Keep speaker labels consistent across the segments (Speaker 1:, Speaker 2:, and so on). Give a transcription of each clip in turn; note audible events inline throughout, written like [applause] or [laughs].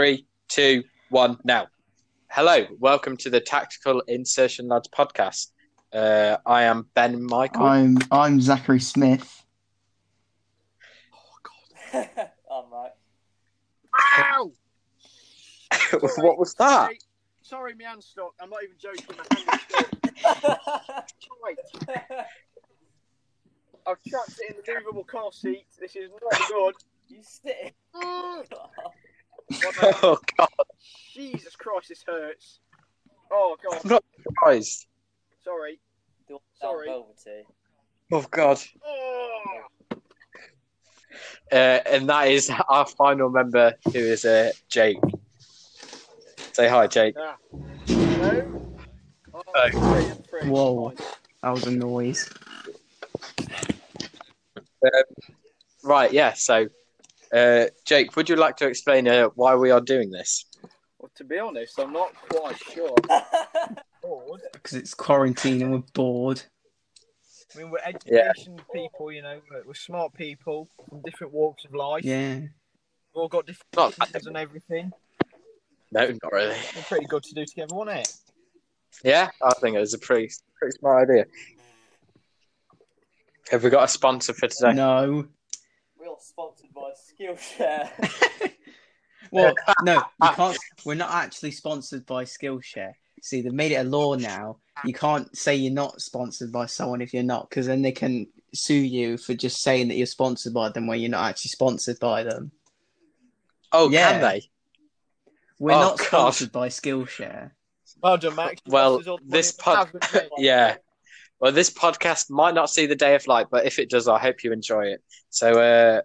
Speaker 1: Three, two, one, now. Hello, welcome to the Tactical Insertion Lads podcast. Uh, I am Ben Michael.
Speaker 2: I'm I'm Zachary Smith.
Speaker 3: [laughs] I'm right.
Speaker 4: Ow!
Speaker 1: [laughs] what was that?
Speaker 2: Ah.
Speaker 4: Sorry, sorry, my hand's stuck. I'm not even joking. My hand's stuck. Right. I've chucked it in the movable car seat. This is not good.
Speaker 3: [laughs] you [laughs] sit.
Speaker 4: Mm. What
Speaker 1: oh, God,
Speaker 4: the- [laughs] Jesus Christ, this hurts. Oh,
Speaker 1: I'm
Speaker 4: God.
Speaker 1: not surprised.
Speaker 4: Sorry. Sorry.
Speaker 3: Sorry. [laughs] Velvety.
Speaker 1: Oh, God.
Speaker 4: Oh,
Speaker 1: Uh, and that is our final member, who is uh, Jake. Say hi, Jake.
Speaker 4: no. Oh, three and three.
Speaker 2: Whoa. That was a noise.
Speaker 1: Right, yeah, so, uh, Jake, would you like to explain uh, why we are doing this?
Speaker 4: Well, to be honest, I'm not quite sure. Bored.
Speaker 2: Because it's quarantine and we're bored.
Speaker 4: I mean, we're
Speaker 1: Yeah.
Speaker 4: education people, you know, we're, we're smart people from different walks of life.
Speaker 2: Yeah.
Speaker 4: We've all got
Speaker 1: Not
Speaker 4: different
Speaker 1: that
Speaker 4: and everything.
Speaker 1: No, not really.
Speaker 4: We're pretty good to do together, wasn't it?
Speaker 1: Yeah, I think it was a pretty, pretty smart idea. Have we got a sponsor for today?
Speaker 2: No.
Speaker 3: We're all sponsored by
Speaker 1: [laughs]
Speaker 3: Skillshare.
Speaker 2: Well, no, you can't. We're not actually sponsored by Skillshare. See, they've made it a law now. You can't say you're not sponsored by someone if you're not, because then they can sue you for just saying that you're sponsored by them when you're not actually sponsored by them.
Speaker 1: Oh,
Speaker 2: Yeah.
Speaker 1: can they?
Speaker 2: We're
Speaker 1: Oh,
Speaker 2: not
Speaker 1: God.
Speaker 2: sponsored by Skillshare.
Speaker 4: Well done, Max. You
Speaker 1: Well,
Speaker 4: lost us all the
Speaker 1: this
Speaker 4: money
Speaker 1: pod-
Speaker 4: you
Speaker 2: [laughs]
Speaker 4: have, haven't
Speaker 1: [laughs]
Speaker 4: you?
Speaker 1: Yeah. Well, this podcast might not see the day of light, but if it does, I hope you enjoy it. So, uh,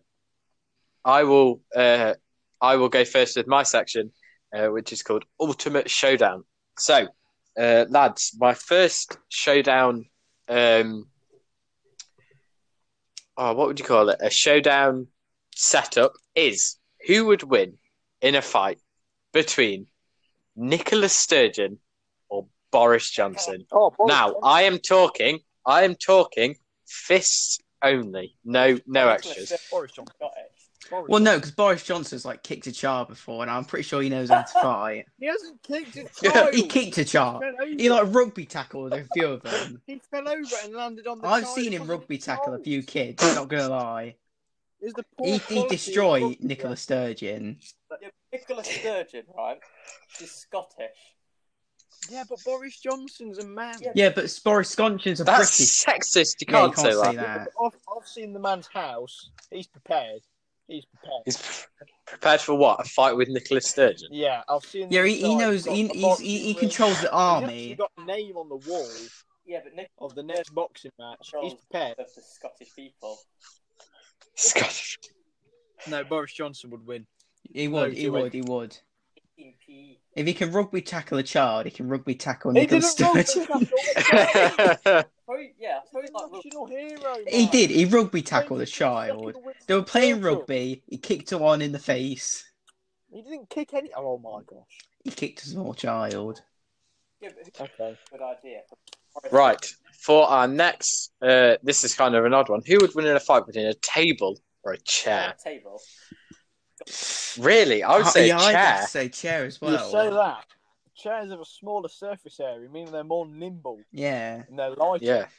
Speaker 1: I will, uh, I will go first with my section, uh, which is called Ultimate Showdown. So, uh, lads, my first showdown. Um, oh, what would you call it? A showdown setup is who would win in a fight between Nicola Sturgeon or Boris Johnson.
Speaker 4: Oh, boy.
Speaker 1: Now I am talking. I am talking fists only. No, no extras.
Speaker 4: Boris Johnson.
Speaker 3: Got it.
Speaker 4: Boris
Speaker 2: Well, no, because Boris Johnson's like kicked a char before, and I'm pretty sure he knows how
Speaker 1: [laughs]
Speaker 2: to fight.
Speaker 4: Johnson. He hasn't kicked it.
Speaker 1: Yeah.
Speaker 2: [laughs]
Speaker 4: twice.
Speaker 2: he kicked a char.
Speaker 4: fell over.
Speaker 2: He like rugby tackled a few of them.
Speaker 4: He fell over and landed on the.
Speaker 2: I've
Speaker 4: side
Speaker 2: seen him
Speaker 4: of
Speaker 2: rugby
Speaker 4: the
Speaker 2: tackle a
Speaker 4: goal.
Speaker 2: few kids. Not gonna lie,
Speaker 4: Is the [laughs] poor
Speaker 2: he, he
Speaker 4: quality of
Speaker 2: destroyed
Speaker 4: rugby.
Speaker 2: Nicola
Speaker 4: [laughs]
Speaker 2: Sturgeon.
Speaker 3: Yeah, Nicola Sturgeon, right? She's Scottish.
Speaker 4: Yeah, but Boris Johnson's a man.
Speaker 3: Yeah.
Speaker 2: Yeah, but Boris Johnson's a
Speaker 1: That's
Speaker 2: British.
Speaker 1: sexist. You
Speaker 2: Yeah, you
Speaker 1: can't, say that.
Speaker 4: I've, I've seen the man's house. He's prepared. He's prepared.
Speaker 1: He's pre- prepared for what? A fight with Nicholas Sturgeon?
Speaker 4: [laughs] Yeah, I've seen.
Speaker 2: Yeah,
Speaker 4: the
Speaker 2: he, he
Speaker 4: side.
Speaker 2: knows.
Speaker 4: Got
Speaker 2: He,
Speaker 4: a
Speaker 2: he's,
Speaker 4: boxing
Speaker 2: he, he
Speaker 4: ring.
Speaker 2: controls the
Speaker 4: [laughs] He's actually
Speaker 2: army.
Speaker 4: got a name on the wall
Speaker 3: Yeah, but Nicola
Speaker 4: of the next boxing match. He's prepared.
Speaker 3: loves the Scottish people.
Speaker 1: [laughs] Scottish.
Speaker 4: No, Boris Johnson would win.
Speaker 2: He would.
Speaker 4: No,
Speaker 2: He
Speaker 4: he
Speaker 2: would. He would.
Speaker 3: EP.
Speaker 2: If he can rugby tackle a child, he can rugby tackle
Speaker 4: He
Speaker 2: Nicola
Speaker 4: didn't
Speaker 2: Sturgeon.
Speaker 3: Oh, yeah, I suppose like look,
Speaker 4: National hero.
Speaker 2: [laughs] he
Speaker 4: man.
Speaker 2: did. He rugby tackled a
Speaker 4: He fucking
Speaker 2: child.
Speaker 4: wins
Speaker 2: They were
Speaker 4: the
Speaker 2: playing
Speaker 4: title.
Speaker 2: rugby. He kicked one in the face.
Speaker 4: He didn't kick any. Oh my gosh.
Speaker 2: He kicked a small child.
Speaker 3: yeah, but who's
Speaker 4: Okay.
Speaker 3: a good idea?
Speaker 1: Right. For our next, uh, this is kind of an odd one. Who would win in a fight between a table or a
Speaker 3: Yeah.
Speaker 1: chair?
Speaker 3: Table.
Speaker 1: Really, I would
Speaker 2: Uh,
Speaker 1: say
Speaker 2: yeah, I'd have
Speaker 1: chair.
Speaker 2: to say chair as
Speaker 4: You
Speaker 2: well.
Speaker 4: say that. Chairs have a smaller surface area, meaning they're more nimble
Speaker 2: Yeah.
Speaker 4: and they're lighter.
Speaker 1: Yeah.
Speaker 3: A
Speaker 4: So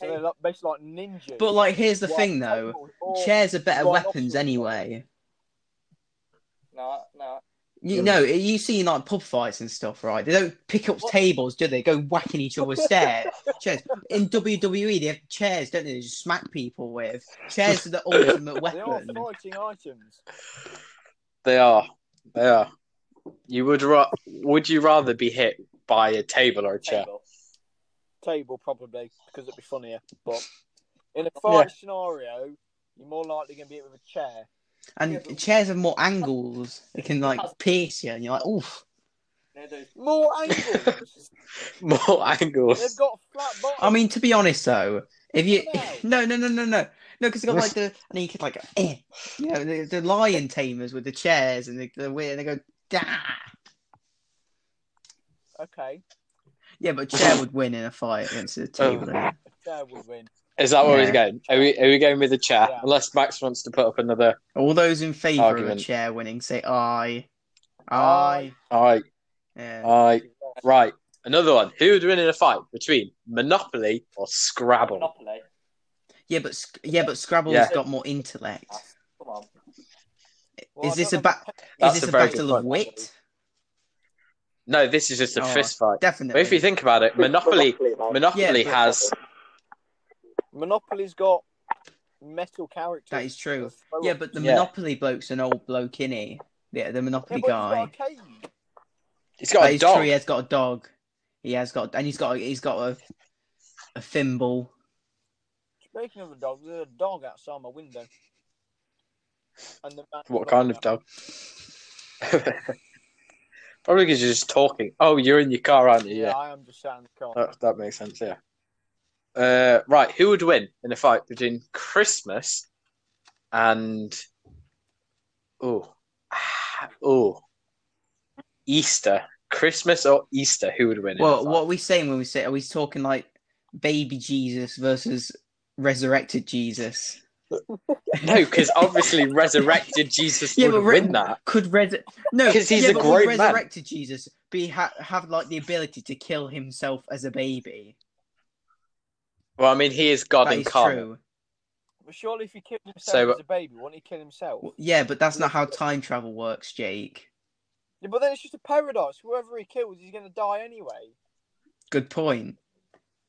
Speaker 4: they're
Speaker 3: table.
Speaker 4: like, basically like ninjas.
Speaker 2: But like, here's the
Speaker 4: While
Speaker 2: thing though:
Speaker 4: tables are-
Speaker 2: chairs are better
Speaker 4: Why
Speaker 2: weapons
Speaker 4: not?
Speaker 2: anyway.
Speaker 3: No, no.
Speaker 2: You know, you see like pub fights and stuff, right? They don't pick up
Speaker 3: What?
Speaker 2: tables, do they? Go whacking each other with
Speaker 4: [laughs]
Speaker 2: stairs. chairs in WWE, they have chairs, don't they? they just smack people with chairs are the ultimate
Speaker 4: [laughs] They are
Speaker 2: weapon.
Speaker 4: fighting items.
Speaker 1: They are. They are. You would ra- would you rather be hit by a table or a chair?
Speaker 3: Table.
Speaker 4: Table probably because it'd be funnier. But in a fight scenario, you're more likely going to be hit with a chair.
Speaker 2: And
Speaker 3: Yeah, but-
Speaker 2: chairs have more angles; they can like pierce you, and you're like, oof.
Speaker 3: You know those
Speaker 4: More
Speaker 2: [laughs]
Speaker 4: angles.
Speaker 1: [laughs] More
Speaker 4: They've
Speaker 1: angles.
Speaker 4: got flat bottoms.
Speaker 2: I mean, to be honest though, if you [laughs] no no no no no no because they got
Speaker 1: Yes.
Speaker 2: like the and you could like eh, you know the, the lion tamers with the chairs and the, the weird and they go da
Speaker 4: okay,
Speaker 1: [laughs]
Speaker 2: yeah, but chair would win in a fight against
Speaker 1: Oh.
Speaker 2: a table.
Speaker 4: a chair would win.
Speaker 1: Is that where
Speaker 2: Yeah.
Speaker 1: we're going? Are we are we going with the chair?
Speaker 4: Yeah.
Speaker 1: Unless Max wants to put up another.
Speaker 2: All those in favour of a
Speaker 1: Argument.
Speaker 2: chair winning say aye. Aye.
Speaker 1: Aye,
Speaker 2: Yeah.
Speaker 1: aye. Right. Another one. Who would win in a fight between Monopoly or Scrabble?
Speaker 3: Monopoly.
Speaker 2: yeah, but Sc- yeah, but Scrabble's
Speaker 1: Yeah.
Speaker 2: got more intellect.
Speaker 3: Come on.
Speaker 4: Well,
Speaker 2: is
Speaker 4: I
Speaker 2: this
Speaker 4: don't
Speaker 2: a ba-
Speaker 1: That's
Speaker 2: is
Speaker 1: a
Speaker 2: this a,
Speaker 1: very
Speaker 2: battle
Speaker 1: good
Speaker 2: of
Speaker 1: point,
Speaker 2: wit?
Speaker 1: No, this is just a
Speaker 2: Oh,
Speaker 1: fist fight. But
Speaker 2: Definitely.
Speaker 1: if you think about it, Monopoly Monopoly
Speaker 2: Yeah, but-
Speaker 1: has
Speaker 4: Monopoly's got metal characters.
Speaker 2: That is true.
Speaker 4: that throw
Speaker 2: yeah,
Speaker 4: up.
Speaker 2: but the
Speaker 1: Yeah.
Speaker 2: Monopoly bloke's an old bloke, innit? Yeah, the
Speaker 4: Yeah,
Speaker 2: Monopoly
Speaker 4: but
Speaker 2: guy.
Speaker 4: he's got a cave.
Speaker 1: it's got
Speaker 2: That
Speaker 1: a
Speaker 2: is
Speaker 1: dog.
Speaker 2: true. He has got a dog. He has got, and he's got, he's got a, a thimble.
Speaker 4: Speaking of a dog, there's a dog outside my window. And the man-
Speaker 1: What kind of dog? [laughs] Probably because you're just talking. Oh, you're in your car, aren't you?
Speaker 4: Yeah,
Speaker 1: Yeah,
Speaker 4: I am just sat in the car.
Speaker 1: that, that makes sense. Yeah. Uh, right, who would win in a fight between Christmas and [sighs] oh, oh, Easter? Christmas or Easter? Who would win? in a
Speaker 2: Well,
Speaker 1: fight?
Speaker 2: what are we saying when we say? Are we talking like baby Jesus versus resurrected Jesus?
Speaker 1: [laughs] No, because obviously resurrected Jesus
Speaker 2: [laughs] Yeah,
Speaker 1: would
Speaker 2: but re-
Speaker 1: win that.
Speaker 2: Could res no?
Speaker 1: 'Cause he's
Speaker 2: yeah,
Speaker 1: a
Speaker 2: but
Speaker 1: grown
Speaker 2: would
Speaker 1: man.
Speaker 2: resurrected Jesus be ha- have like the ability to kill himself as a baby?
Speaker 1: Well, I mean, he is God
Speaker 2: that
Speaker 1: in
Speaker 2: is
Speaker 1: incarnate.
Speaker 2: true.
Speaker 4: But surely if he killed himself
Speaker 1: So- uh,
Speaker 4: as a baby, wouldn't he kill himself?
Speaker 2: Well, yeah, but that's not how time travel works, Jake.
Speaker 4: Yeah, but then it's just a paradox. Whoever he kills, he's going to die anyway.
Speaker 2: Good point.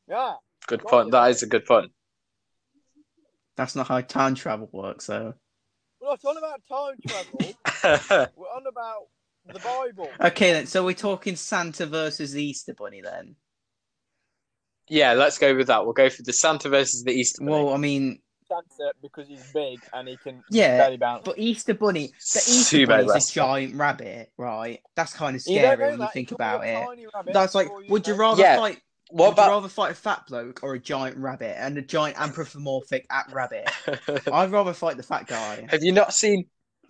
Speaker 4: Yeah.
Speaker 1: Good point. That is a good point. [laughs]
Speaker 2: That's not how time travel works, though.
Speaker 4: We're not on about time
Speaker 1: [laughs]
Speaker 4: travel. We're on about the Bible.
Speaker 2: Okay, then. So we're talking Santa versus the Easter Bunny, then.
Speaker 1: yeah, let's go with that. We'll go for the Santa versus the Easter. Bunny.
Speaker 2: Well, I mean,
Speaker 4: That's it because he's big and he can
Speaker 2: Yeah,
Speaker 4: belly bounce.
Speaker 2: but Easter Bunny, the
Speaker 1: Too bad
Speaker 2: Easter Bunny is a
Speaker 1: that's-
Speaker 2: giant rabbit, right? That's kind of
Speaker 4: You don't
Speaker 2: scary
Speaker 4: know
Speaker 2: when you
Speaker 4: that.
Speaker 2: think
Speaker 4: He could be a
Speaker 2: about it.
Speaker 4: tiny rabbit
Speaker 2: That's like,
Speaker 4: for all
Speaker 2: would you
Speaker 4: know.
Speaker 2: rather
Speaker 1: Yeah,
Speaker 2: fight?
Speaker 1: what
Speaker 2: would you
Speaker 1: about?
Speaker 2: rather fight a fat bloke or a giant rabbit? And a giant anthropomorphic at rabbit.
Speaker 1: [laughs]
Speaker 2: I'd rather fight the fat guy.
Speaker 1: have you not seen?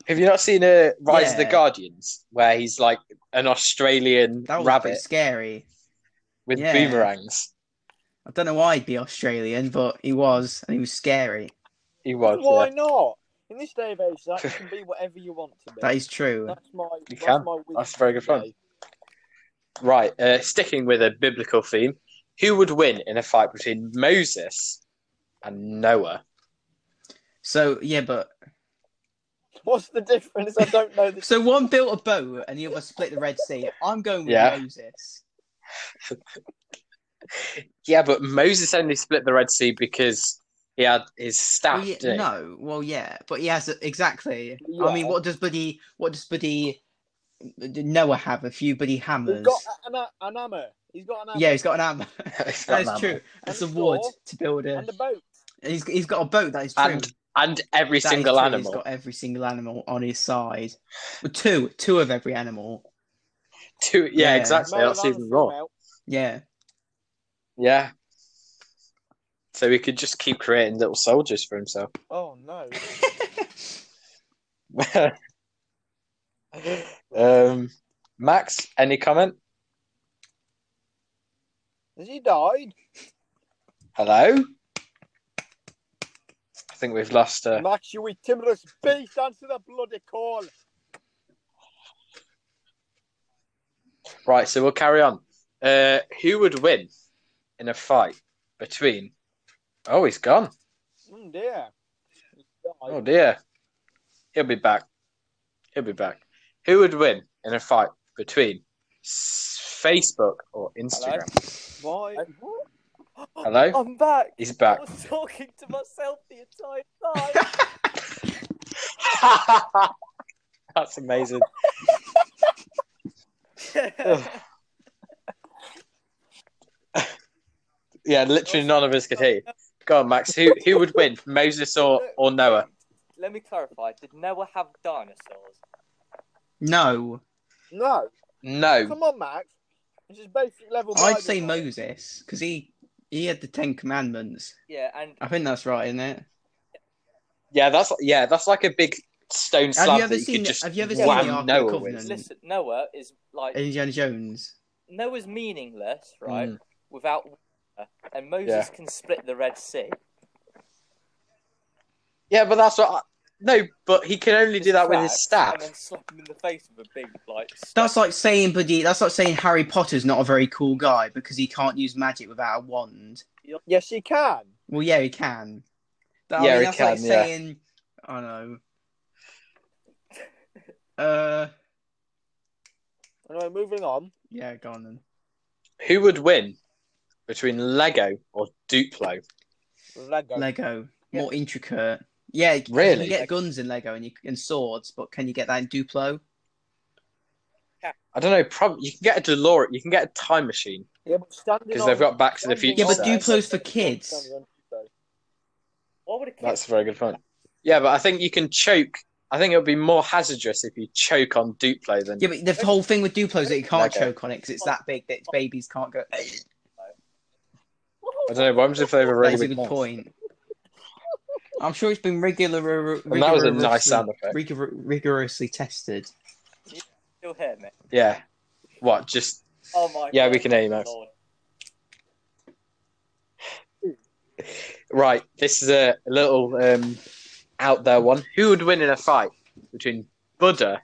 Speaker 1: Have you not seen a Rise of the
Speaker 2: Yeah.
Speaker 1: Guardians where he's like an Australian
Speaker 2: That was pretty
Speaker 1: rabbit
Speaker 2: scary.
Speaker 1: with
Speaker 2: yeah.
Speaker 1: boomerangs?
Speaker 2: I don't know why he'd be Australian, but he was, and he was scary.
Speaker 1: He was.
Speaker 4: Why
Speaker 1: yeah.
Speaker 4: not? In this day of age, that you can be whatever you want to be.
Speaker 2: That is true.
Speaker 4: That's my. that's
Speaker 1: can.
Speaker 4: My wisdom
Speaker 1: That's very good fun.
Speaker 4: today.
Speaker 1: Right. Uh, sticking with a biblical theme, who would win in a fight between Moses and Noah?
Speaker 2: So yeah, but
Speaker 4: What's the difference? I
Speaker 2: [laughs]
Speaker 4: don't know. This.
Speaker 2: so one built a boat and the other split the Red Sea. I'm going with
Speaker 1: Yeah.
Speaker 2: Moses.
Speaker 1: Yeah, but Moses only split the Red Sea because he had his staff.
Speaker 2: Well, yeah,
Speaker 1: didn't he? [laughs]
Speaker 2: no, well, yeah, but he has exactly. I mean,
Speaker 4: Yeah.
Speaker 2: what does Buddy? What does Buddy Noah have? A few Buddy hammers.
Speaker 4: He's got an, an hammer. He's got an hammer.
Speaker 2: yeah, he's got an hammer. [laughs]
Speaker 1: It's not
Speaker 2: That's
Speaker 1: an
Speaker 2: true.
Speaker 1: animal.
Speaker 2: That's
Speaker 4: And
Speaker 2: some wood
Speaker 4: straw.
Speaker 2: to build a.
Speaker 4: And a boat.
Speaker 2: He's he's got a boat. That is true.
Speaker 1: And and every
Speaker 2: That is
Speaker 1: single
Speaker 2: true,
Speaker 1: animal.
Speaker 2: He's got every single animal on his side. Well, two, two of every animal.
Speaker 1: [laughs] Two, yeah,
Speaker 2: Yeah.
Speaker 1: exactly.
Speaker 4: Male
Speaker 1: That's
Speaker 4: and
Speaker 1: even
Speaker 4: female.
Speaker 1: more.
Speaker 2: Yeah,
Speaker 1: Yeah. So he could just keep creating little soldiers for himself.
Speaker 4: Oh no.
Speaker 1: [laughs] um, Max, any comment?
Speaker 4: Has he died?
Speaker 1: Hello. I think we've lost. Uh...
Speaker 4: Max, you wee timorous beast, answer the bloody call.
Speaker 1: Right. So we'll carry on. Uh, who would win in a fight between? Oh, he's gone.
Speaker 4: Mm, dear. He's died.
Speaker 1: Oh dear. He'll be back. He'll be back. Who would win in a fight between s- Facebook or Instagram?
Speaker 4: Why?
Speaker 1: Hello?
Speaker 3: I'm back.
Speaker 1: He's back.
Speaker 3: [laughs] I was talking to myself the entire time.
Speaker 1: That's amazing. [laughs] Yeah, literally none of us could hear. you. Go on, Max. Who who would win, Moses or, or Noah?
Speaker 3: [laughs] Let me clarify. Did Noah have dinosaurs?
Speaker 2: no,
Speaker 4: No.
Speaker 1: No.
Speaker 4: Come on, Max. This is basic level.
Speaker 2: I'd
Speaker 4: Bible
Speaker 2: say
Speaker 4: knowledge.
Speaker 2: Moses because he he had the Ten Commandments.
Speaker 3: Yeah, and
Speaker 2: I think that's right, isn't it?
Speaker 1: Yeah, that's yeah, that's like a big stone slab
Speaker 2: Have you ever
Speaker 1: that you
Speaker 2: seen?
Speaker 1: could
Speaker 2: the-
Speaker 1: just
Speaker 2: Have you ever seen the
Speaker 1: wham
Speaker 2: Ark of the
Speaker 1: Noah
Speaker 2: Covenant?
Speaker 1: with.
Speaker 3: listen, Noah is like
Speaker 2: Indiana Jones.
Speaker 3: Noah's meaningless, right?
Speaker 1: Mm.
Speaker 3: Without water, and Moses
Speaker 1: Yeah.
Speaker 3: can split the Red Sea.
Speaker 1: Yeah, but that's what I, No, but he can only do that with his
Speaker 3: Distract
Speaker 1: staff.
Speaker 3: And then slap him in the face with a big, like.
Speaker 2: That's like saying, buddy. That's like saying Harry Potter's not a very cool guy because he can't use magic without a wand.
Speaker 4: Yes, you can.
Speaker 2: Well, yeah, he can. That,
Speaker 1: Yeah,
Speaker 2: I mean,
Speaker 1: he
Speaker 2: that's Like
Speaker 1: can, yeah.
Speaker 2: saying, I don't know. Uh,
Speaker 4: Anyway, moving on.
Speaker 2: yeah, go on then.
Speaker 1: Who would win between Lego or Duplo?
Speaker 4: Lego.
Speaker 2: Lego, more intricate. Yeah, you can-
Speaker 1: Really?
Speaker 2: You get guns in Lego and you and swords, but can you get that in Duplo?
Speaker 1: I don't know. Probably you can get a DeLorean. You can get a time machine
Speaker 4: Yeah, but standing
Speaker 1: because
Speaker 4: on-
Speaker 1: they've got Back to the Future.
Speaker 4: standing
Speaker 2: Yeah, but
Speaker 1: set.
Speaker 4: on-
Speaker 2: Duplo's for kids.
Speaker 4: Standing on Duplo.
Speaker 3: What would a kid?
Speaker 1: That's a very good point. Yeah, but I think you can choke. I think it would be more hazardous if you choke on Duplo than.
Speaker 2: Yeah, but the whole thing with Duplo is that you can't
Speaker 1: Lego.
Speaker 2: choke on it because it's that big that babies can't go.
Speaker 1: I don't know. What happens if they have a really
Speaker 2: That's a
Speaker 1: big
Speaker 2: good
Speaker 1: mouth?
Speaker 2: point. I'm sure it's been regular,
Speaker 1: And that was a nice sound effect.
Speaker 2: rigor, rigorously tested.
Speaker 3: Still hear me?
Speaker 1: Yeah. What? Just
Speaker 3: Oh my.
Speaker 1: Yeah,
Speaker 3: God,
Speaker 1: we can hear you, Max.
Speaker 3: Lord.
Speaker 1: right. This is a little um, out there one. Who would win in a fight between Buddha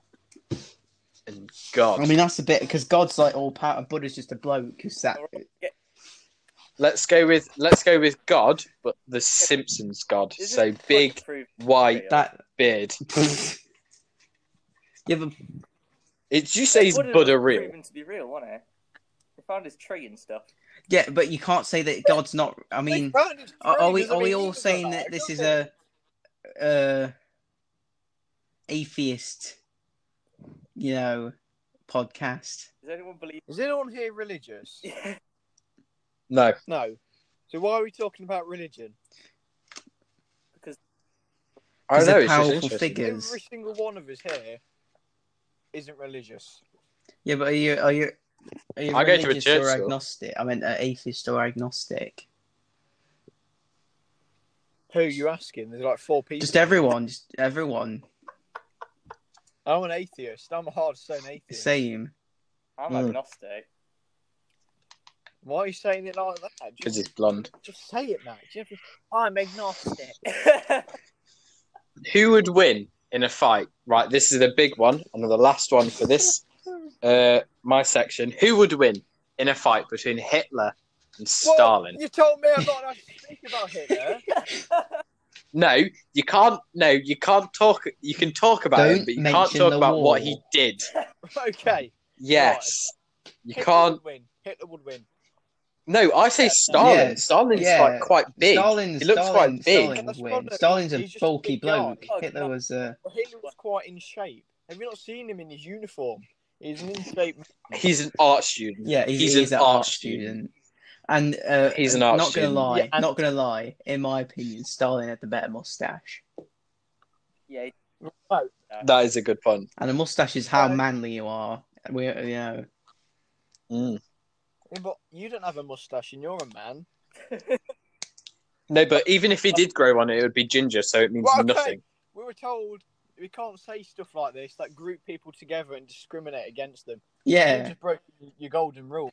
Speaker 1: and God?
Speaker 2: I mean, that's a bit because God's like all power, and Buddha's just a bloke who's sat.
Speaker 1: let's go with let's go with God, but the Simpsons God.
Speaker 3: This is
Speaker 1: so
Speaker 3: fucking
Speaker 1: big
Speaker 3: proof-
Speaker 1: white
Speaker 2: That
Speaker 1: beard.
Speaker 2: yeah, but
Speaker 1: Did you say he's
Speaker 3: Buddha
Speaker 1: Buddha
Speaker 3: was
Speaker 1: real?
Speaker 3: Proven to be real, wasn't it? He found his tree and stuff.
Speaker 2: yeah, but you can't say that God's not. I mean, are, are we are we all saying that this is a uh atheist, you know, podcast?
Speaker 3: Does anyone believe? [laughs]
Speaker 4: Is anyone here religious?
Speaker 3: Yeah.
Speaker 1: No.
Speaker 4: No. So why are we talking about religion?
Speaker 1: I don't
Speaker 2: He's a
Speaker 1: know. It's just
Speaker 2: powerful
Speaker 1: interesting.
Speaker 2: figure. Yes.
Speaker 4: Every single one of us here isn't religious.
Speaker 2: Yeah, but are you are you are you
Speaker 1: I go to a
Speaker 2: religious
Speaker 1: church
Speaker 2: or
Speaker 1: school.
Speaker 2: agnostic? I mean, uh, atheist or agnostic?
Speaker 4: Who are you asking? There's like four people.
Speaker 2: Just everyone, just everyone,
Speaker 4: I'm an atheist. I'm a hard stone atheist.
Speaker 2: same.
Speaker 3: I'm
Speaker 1: Mm.
Speaker 3: agnostic. [laughs]
Speaker 4: Why are you saying it like that?
Speaker 1: Because
Speaker 4: Just,
Speaker 1: he's blonde.
Speaker 4: just say it, Max. You have to-
Speaker 2: [laughs]
Speaker 4: I'm agnostic.
Speaker 1: Who would win in a fight? Right, this is the big one, and the last one for this uh my section. Who would win in a fight between Hitler and Stalin?
Speaker 4: Well, you told me I'm not allowed to speak about
Speaker 2: [laughs]
Speaker 4: Hitler.
Speaker 1: No, you can't no, you can't talk you can talk about
Speaker 2: Don't
Speaker 1: him, but you can't
Speaker 2: mention
Speaker 1: talk
Speaker 2: the
Speaker 1: about what
Speaker 2: war.
Speaker 1: he did.
Speaker 4: okay.
Speaker 1: Yes. You
Speaker 4: Hitler
Speaker 1: can't
Speaker 4: Would win. Hitler would win.
Speaker 1: No, I say Stalin.
Speaker 2: Yeah.
Speaker 1: Stalin's
Speaker 2: Yeah.
Speaker 1: like quite big.
Speaker 2: Stalin,
Speaker 1: He looks
Speaker 2: Stalin,
Speaker 1: quite big.
Speaker 2: Stalin would
Speaker 4: That's
Speaker 2: win.
Speaker 4: probably-
Speaker 2: Stalin's a
Speaker 4: he's just a
Speaker 2: bulky
Speaker 4: big guy.
Speaker 2: bloke.
Speaker 3: Oh,
Speaker 2: Hitler
Speaker 3: no.
Speaker 2: was uh,
Speaker 4: But Hitler was quite in shape. Have you not seen him in his uniform? He's an in shape.
Speaker 1: He's an art student.
Speaker 2: yeah, he's,
Speaker 1: He's
Speaker 2: he's,
Speaker 1: an
Speaker 2: an
Speaker 1: art
Speaker 2: art student. And uh,
Speaker 1: He's an
Speaker 2: not
Speaker 1: art
Speaker 2: gonna
Speaker 1: student.
Speaker 2: lie,
Speaker 4: Yeah, and-
Speaker 2: not gonna lie. In my opinion, Stalin had the better mustache,
Speaker 3: yeah,
Speaker 4: No,
Speaker 1: That is a good point.
Speaker 2: and a mustache is how
Speaker 4: Uh,
Speaker 2: manly you are. We, you know,
Speaker 1: Mm.
Speaker 4: but you don't have a mustache and you're a man.
Speaker 1: No, but even if he did grow one, it would be ginger, so it means
Speaker 4: Well, okay.
Speaker 1: nothing.
Speaker 4: We were told we can't say stuff like this that group people together and discriminate against them. You
Speaker 2: yeah.
Speaker 4: just broke your golden rule.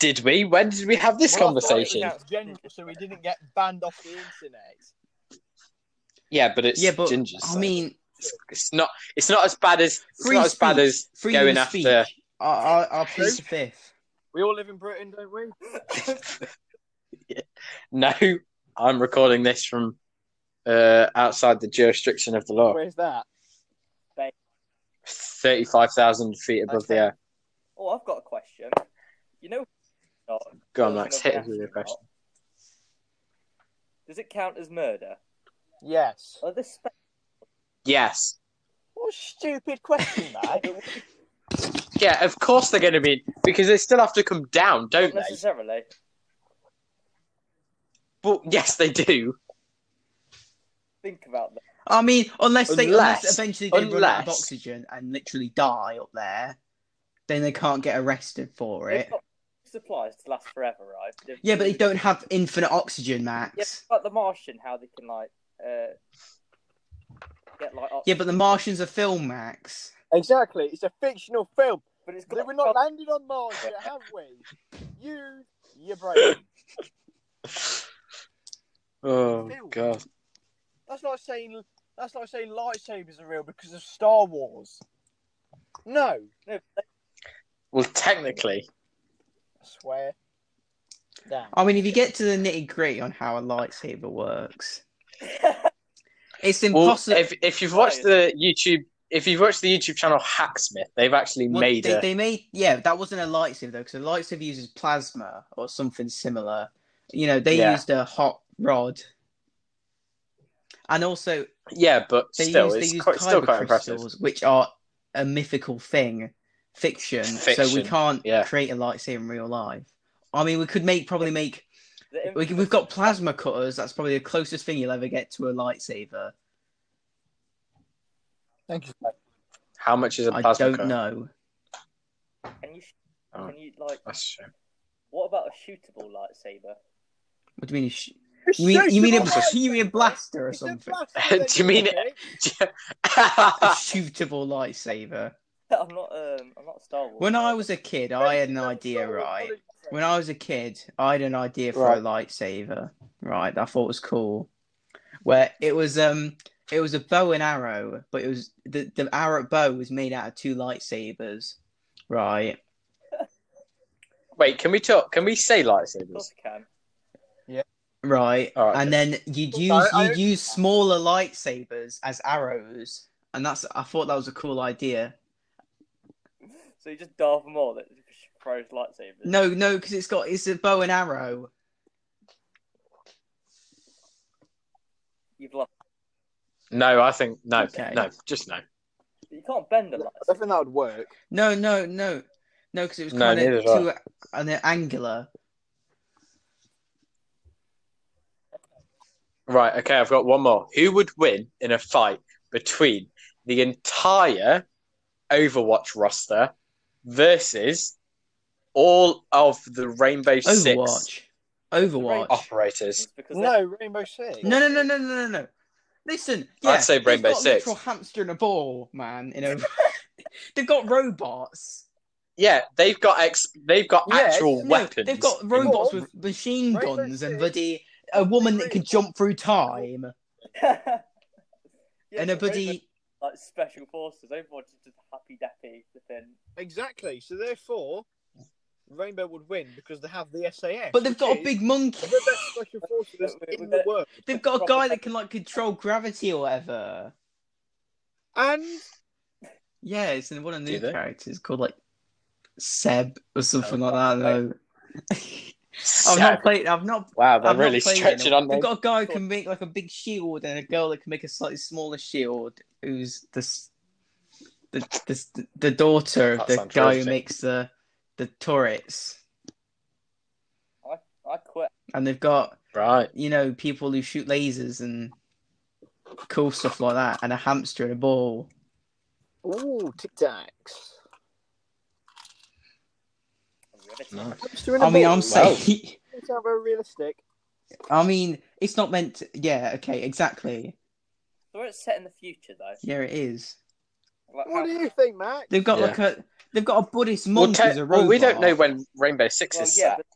Speaker 1: Did we? When did we have this
Speaker 4: Well, I thought it was
Speaker 1: conversation?
Speaker 3: out-
Speaker 4: It's general, so we didn't get banned off the internet.
Speaker 1: Yeah, but it's
Speaker 2: Yeah, but
Speaker 1: ginger.
Speaker 2: I
Speaker 1: so
Speaker 2: mean,
Speaker 1: it's, it's not. It's not as bad as. It's
Speaker 2: Free
Speaker 1: not as bad
Speaker 2: speech.
Speaker 1: as
Speaker 2: freedom
Speaker 1: going
Speaker 2: of speech.
Speaker 1: after.
Speaker 2: I, I, I'll plead the fifth.
Speaker 4: We all live in Britain, don't we?
Speaker 1: No, I'm recording this from uh, outside the jurisdiction of the law,
Speaker 4: Where's that?
Speaker 1: thirty-five thousand feet above the
Speaker 4: Okay.
Speaker 1: air.
Speaker 3: Oh, I've got a question. You know, not-
Speaker 1: Go on,
Speaker 3: Children
Speaker 1: Max.
Speaker 3: of
Speaker 1: Hit
Speaker 3: the
Speaker 1: us with your
Speaker 3: Astronaut.
Speaker 1: question.
Speaker 3: Does it count as murder?
Speaker 4: Yes.
Speaker 3: Are this spe-
Speaker 1: Yes.
Speaker 4: What a
Speaker 1: [laughs]
Speaker 4: stupid question, that.
Speaker 1: Yeah, of course they're going to be because they still have to come down, don't
Speaker 3: not
Speaker 1: they?
Speaker 3: necessarily?
Speaker 1: But yes, they do.
Speaker 3: Think about that.
Speaker 2: I mean, unless they unless,
Speaker 1: Unless-
Speaker 2: eventually they run out of
Speaker 1: unless-
Speaker 2: oxygen and literally die up there, then they can't get arrested for
Speaker 3: They've
Speaker 2: it.
Speaker 3: got supplies to last forever, right? They've-
Speaker 2: Yeah, but they don't have infinite oxygen,
Speaker 3: Yeah,
Speaker 2: Max.
Speaker 3: like the Martian, how they can like uh, get like.
Speaker 2: Yeah, but The Martian's a film, Max.
Speaker 4: Exactly. It's a fictional film.
Speaker 3: but it's
Speaker 4: We're
Speaker 1: [laughs]
Speaker 4: not landed on Mars yet, have we? You, you're brave.
Speaker 1: Oh God.
Speaker 2: Oh,
Speaker 4: That's like saying That's like saying lightsabers are real because of Star Wars. No, no, I
Speaker 1: Well, technically,
Speaker 4: swear. Damn.
Speaker 2: I mean, if you get to the nitty gritty on how a lightsaber works, it's
Speaker 1: well,
Speaker 2: impossible.
Speaker 1: if if you've watched the YouTube, if you've watched the YouTube channel Hacksmith, they've actually
Speaker 2: Well,
Speaker 1: made
Speaker 2: they,
Speaker 1: a.
Speaker 2: they made yeah that wasn't a lightsaber though because a lightsaber uses plasma or something similar you know they
Speaker 1: Yeah.
Speaker 2: used a hot rod and also
Speaker 1: Yeah, but
Speaker 2: they
Speaker 1: still,
Speaker 2: used, they
Speaker 1: it's
Speaker 2: used
Speaker 1: quite, still
Speaker 2: kyber
Speaker 1: quite
Speaker 2: crystals
Speaker 1: impressive.
Speaker 2: which are a mythical thing fiction, so we
Speaker 1: Fiction,
Speaker 2: can't
Speaker 1: yeah.
Speaker 2: create a lightsaber in real life i mean we could make probably make
Speaker 3: The
Speaker 2: we, we've got plasma cutters that's probably the closest thing you'll ever get to a lightsaber
Speaker 4: Thank you. mate.
Speaker 1: How much is a
Speaker 2: i
Speaker 1: plasma
Speaker 2: don't
Speaker 1: cutter?
Speaker 2: know
Speaker 3: Can you, sh-
Speaker 1: Oh.
Speaker 3: can you like?
Speaker 1: That's true.
Speaker 3: What about a shootable lightsaber? [laughs]
Speaker 2: what do you mean you sh- you mean, you mean a you mean a blaster or
Speaker 4: It's a
Speaker 2: something
Speaker 1: [laughs]
Speaker 4: blaster,
Speaker 1: Do you mean it-
Speaker 4: okay?
Speaker 2: a shootable lightsaber.
Speaker 3: I'm not. Um, I'm not a Star Wars.
Speaker 2: When I was a kid, I had an
Speaker 4: That's
Speaker 2: idea,
Speaker 4: Star Wars
Speaker 2: right?
Speaker 4: knowledge, my friend.
Speaker 2: When I was a kid, I had an idea for a lightsaber, right? That I thought was cool. Where it was um it was a bow and arrow, but it was the, the arrow bow was made out of two lightsabers, right?
Speaker 1: [laughs] Wait, can we talk? Can we say
Speaker 3: of course
Speaker 1: lightsabers?
Speaker 3: I can.
Speaker 2: Right.
Speaker 1: All right,
Speaker 2: and then you'd
Speaker 4: Well,
Speaker 2: use
Speaker 4: I- I-
Speaker 2: you'd use smaller lightsabers as arrows. And that's I thought that was a cool idea.
Speaker 3: So you just Darth Maul that just throws lightsabers.
Speaker 2: No, no, because it's got it's a bow and arrow.
Speaker 3: you've lost.
Speaker 1: No, I think no,
Speaker 2: Okay.
Speaker 1: no, just no.
Speaker 3: You can't bend a
Speaker 4: I
Speaker 3: lightsaber.
Speaker 4: think that would work.
Speaker 2: No, no, no, no, because it was
Speaker 1: No,
Speaker 2: kind
Speaker 1: neither
Speaker 2: of
Speaker 1: do I.
Speaker 2: too and then angular.
Speaker 1: Right, okay, I've got one more. Who would win in a fight between the entire Overwatch roster versus all of the Rainbow Six Oh,
Speaker 2: Overwatch, Overwatch.
Speaker 3: Overwatch.
Speaker 1: operators?
Speaker 3: It's because they're-
Speaker 4: No, Rainbow Six.
Speaker 2: No, no, no, no, no, no, no. Listen, yeah,
Speaker 1: I'd say
Speaker 2: they've
Speaker 1: Rainbow
Speaker 2: got a
Speaker 1: Six.
Speaker 2: literal hamster and a ball, man. You know, [laughs] they've got robots.
Speaker 1: Yeah, they've got ex- they've got
Speaker 4: Yes.
Speaker 1: actual
Speaker 2: No,
Speaker 1: weapons.
Speaker 2: they've got robots
Speaker 4: Or-
Speaker 2: with machine
Speaker 4: Rainbow
Speaker 2: guns and
Speaker 4: Six.
Speaker 2: bloody a woman that can jump through time
Speaker 3: yeah,
Speaker 2: and a
Speaker 3: but Overwatch
Speaker 2: bloody.
Speaker 3: is like special forces. Overwatch is just happy dappy. But then
Speaker 4: Exactly. So therefore, Rainbow would win because they have the SAS.
Speaker 2: But they've
Speaker 4: which
Speaker 2: got a
Speaker 4: is
Speaker 2: big
Speaker 4: the [laughs]
Speaker 2: monkey.
Speaker 4: best special forces
Speaker 3: But we-
Speaker 4: in
Speaker 3: we-
Speaker 4: [laughs] the world.
Speaker 2: They've got a guy that can like control gravity or whatever.
Speaker 4: And
Speaker 2: Yeah, it's in one of the new
Speaker 1: Do they?
Speaker 2: characters called like Seb or something like that. though. [laughs] I've
Speaker 1: Seb.
Speaker 2: not played. I've not.
Speaker 1: wow, they're
Speaker 2: I've
Speaker 1: really
Speaker 2: not played
Speaker 1: stretching
Speaker 2: it.
Speaker 1: on
Speaker 2: They've
Speaker 1: me.
Speaker 2: got a guy who can make like a big shield and a girl that can make a slightly smaller shield. Who's this? The the the daughter of
Speaker 1: That
Speaker 2: the
Speaker 1: sounds
Speaker 2: guy who
Speaker 1: horrific.
Speaker 2: makes the the turrets,
Speaker 3: I quit.
Speaker 2: and they've got
Speaker 1: Right.
Speaker 2: you know people who shoot lasers and cool stuff like that, and a hamster and a ball.
Speaker 4: ooh, Tic Tacs.
Speaker 3: I'm ready.
Speaker 1: Nice.
Speaker 2: I mean, I'm saying. [laughs]
Speaker 4: Sound very realistic.
Speaker 2: I mean, it's not meant. To... Yeah. Okay. Exactly.
Speaker 3: So it's set in the future though.
Speaker 2: Yeah, it is.
Speaker 3: Like,
Speaker 4: What
Speaker 3: how-
Speaker 4: do you think, Max?
Speaker 2: They've got
Speaker 1: Yeah.
Speaker 2: like a they've got a Buddhist
Speaker 1: Well,
Speaker 2: monk
Speaker 1: te-
Speaker 2: who's a robot.
Speaker 1: well, we don't know when Rainbow Six
Speaker 3: Well,
Speaker 1: is
Speaker 3: yeah,
Speaker 1: set.
Speaker 3: but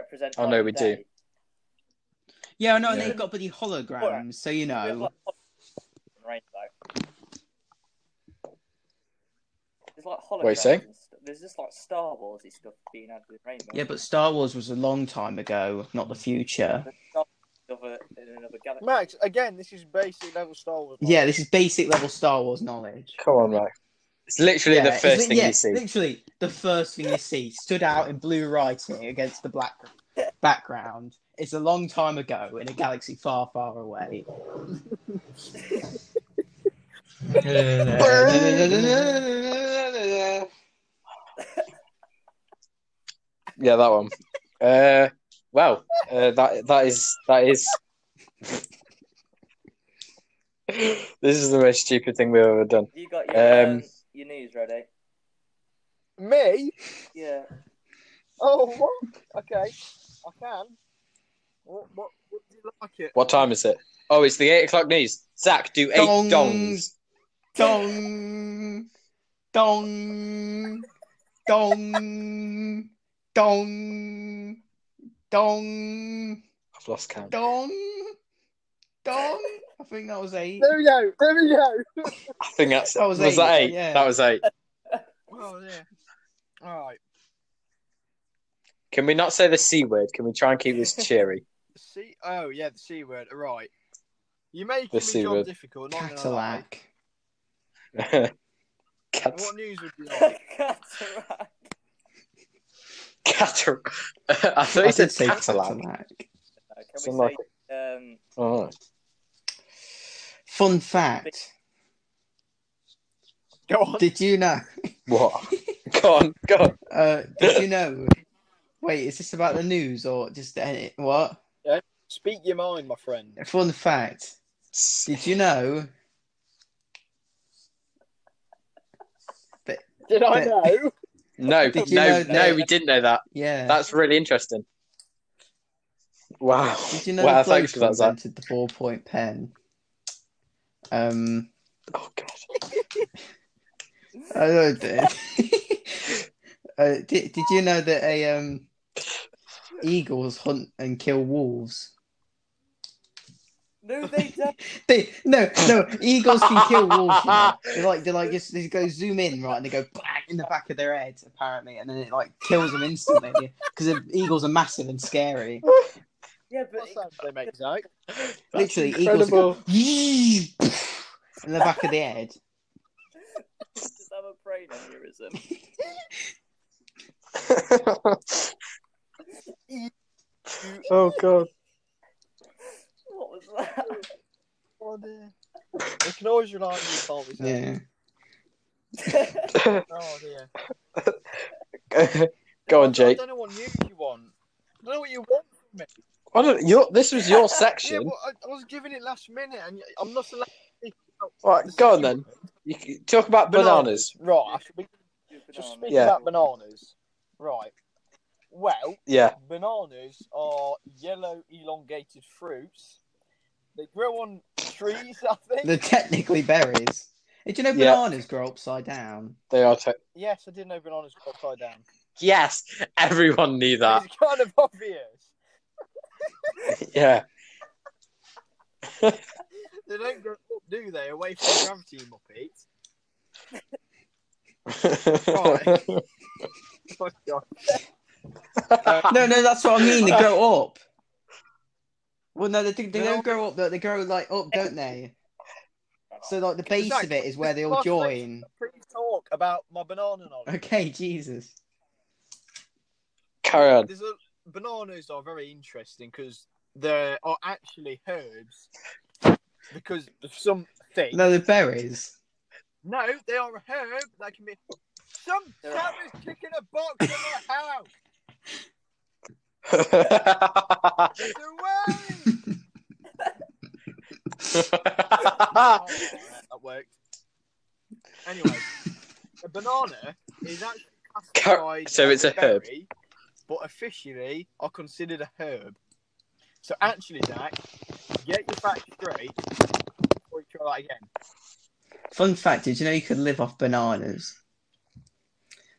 Speaker 3: represent.
Speaker 1: Oh, no,
Speaker 3: like
Speaker 1: we
Speaker 3: today.
Speaker 1: do.
Speaker 2: Yeah, I know. and
Speaker 1: Yeah.
Speaker 2: They've got bloody holograms, so you
Speaker 3: We have,
Speaker 2: know.
Speaker 3: like, rainbow. There's like holograms.
Speaker 1: are you saying?
Speaker 3: and st- There's just like Star Warsy stuff being added in Rainbow.
Speaker 2: Yeah, but Star Wars was a long time ago, not the future.
Speaker 3: There's Star Wars in other- in another galaxy.
Speaker 4: Max, again, this is basic level Star Wars.
Speaker 2: Yeah, this is basic level Star Wars knowledge.
Speaker 1: Come on, Mike. It's literally
Speaker 2: Yeah,
Speaker 1: the
Speaker 2: it's
Speaker 1: first
Speaker 2: li-
Speaker 1: thing
Speaker 2: yeah,
Speaker 1: you see.
Speaker 2: [laughs] Literally, the first thing you see stood out in blue writing against the black background. It's a long time ago in a galaxy far, far away.
Speaker 1: Yeah, that one. Uh, well, uh, that that is that is. [laughs] this is the most stupid thing we've ever done.
Speaker 3: You got your
Speaker 1: Um,
Speaker 3: um, your news ready?
Speaker 4: Me?
Speaker 3: Yeah. [laughs]
Speaker 4: Oh, what? Okay, I can. What? What? what do you like it?
Speaker 1: What time is it? Oh, it's the eight o'clock news. Zach, do eight
Speaker 2: Dong.
Speaker 1: dongs.
Speaker 2: Dong, dong, dong, dong, dong,
Speaker 1: I've lost count.
Speaker 2: dong, dong. I think that was eight.
Speaker 4: There we go. There we go.
Speaker 1: I think that's
Speaker 2: That was
Speaker 1: was, that
Speaker 2: eight,
Speaker 1: eight.
Speaker 2: yeah.
Speaker 1: That was eight.
Speaker 4: Oh yeah. All right.
Speaker 1: Can we not say the c word? Can we try and keep this cheery? [laughs]
Speaker 4: C. Oh yeah, the C word. All right. You making
Speaker 1: The
Speaker 4: me
Speaker 1: C
Speaker 4: job
Speaker 1: word.
Speaker 4: difficult. Not gonna lie.
Speaker 2: Cadillac.
Speaker 1: Cat,
Speaker 4: What news would you like?
Speaker 3: Cataract.
Speaker 1: cat. [laughs] I thought you
Speaker 2: I did
Speaker 1: said
Speaker 2: say
Speaker 1: Catalan.
Speaker 2: Cadillac.
Speaker 3: No, Uh, can
Speaker 1: Something
Speaker 3: we
Speaker 1: like-
Speaker 3: say, um,
Speaker 1: Oh.
Speaker 2: Fun fact:
Speaker 4: [laughs] Go on.
Speaker 2: Did you know?
Speaker 1: What? [laughs] go on, go on.
Speaker 2: Uh, did you know? Wait, is this about the news or just any, what?
Speaker 4: Speak your mind, my friend.
Speaker 2: Fun fact: Did you know
Speaker 4: Did I
Speaker 2: But-
Speaker 4: [laughs] know?
Speaker 1: No,
Speaker 2: Did you
Speaker 1: no,
Speaker 2: know that-
Speaker 1: no, we didn't know that.
Speaker 2: Yeah.
Speaker 1: That's really interesting. Wow.
Speaker 2: Did you know
Speaker 1: wow,
Speaker 2: the bloke
Speaker 1: thanks
Speaker 2: who
Speaker 1: for that, Zach.
Speaker 2: invented the ballpoint pen? Um,
Speaker 1: Oh, God.
Speaker 2: I don't know. [laughs] uh, did, did you know that a um, eagles hunt and kill wolves?
Speaker 3: no,
Speaker 2: [laughs]
Speaker 3: they don't.
Speaker 2: They, no, no, eagles can kill wolves. You know? They like they like just they go zoom in right, and they go bang in the back of their head apparently, and then it like kills them instantly because eagles are massive and scary.
Speaker 3: Yeah, but
Speaker 4: What
Speaker 3: [laughs]
Speaker 4: sound do they make, Zach?
Speaker 1: That's
Speaker 2: [laughs] Literally,
Speaker 1: incredible.
Speaker 2: eagles go [laughs] in the back of the head.
Speaker 3: does have a brain aneurysm.
Speaker 4: [laughs]
Speaker 1: [laughs] oh, God.
Speaker 3: What was that?
Speaker 4: Oh, dear. We can always rely on you, can't we? Zach?
Speaker 2: Yeah.
Speaker 4: Oh dear.
Speaker 1: go on,
Speaker 4: I don't- I
Speaker 1: Jake.
Speaker 4: don't know what news you want. I don't know what you want from me.
Speaker 1: I don't, your, this was your
Speaker 4: Yeah,
Speaker 1: section.
Speaker 4: well, I, I was giving it last minute, and I'm not allowed.
Speaker 1: Right, go on then. You c- talk about bananas.
Speaker 4: Right. I should be
Speaker 3: [laughs]
Speaker 4: Just
Speaker 3: Just
Speaker 4: speaking
Speaker 1: Yeah.
Speaker 4: about bananas, right? Well,
Speaker 1: Yeah.
Speaker 4: bananas are yellow elongated fruits. They grow on trees, I think.
Speaker 2: They're technically berries. Did you know
Speaker 1: Yeah.
Speaker 2: bananas grow upside down?
Speaker 1: They are. Te-
Speaker 4: Yes, I did know bananas grow upside down.
Speaker 1: yes, everyone knew that.
Speaker 4: It's kind of obvious.
Speaker 1: Yeah.
Speaker 4: They don't grow up, do they? Away from gravity, muppet. Oh, God.
Speaker 2: No, no, that's what I mean. They grow [laughs] up. Well, no, they, do- they don't grow up. though. They grow like up, don't they? So like the base of it is where they all join.
Speaker 4: Please talk about my banana knowledge.
Speaker 2: Okay, Jesus.
Speaker 1: [laughs] Carry [laughs] on.
Speaker 4: There's a, bananas are very interesting because they are actually herbs. Because of some thing.
Speaker 2: No, the berries.
Speaker 4: No, they are a herb. They can be. Some
Speaker 3: They're
Speaker 4: cat is kicking a box in my house. Get away!
Speaker 1: Ah.
Speaker 4: oh, that, that worked. Anyway, a banana is actually
Speaker 1: Car-
Speaker 4: classified
Speaker 1: so
Speaker 4: as
Speaker 1: it's a herb.
Speaker 4: berry, but officially are considered a herb. So actually, Zach, get your facts straight before you try that again.
Speaker 2: Fun fact: Did you know you could live off bananas?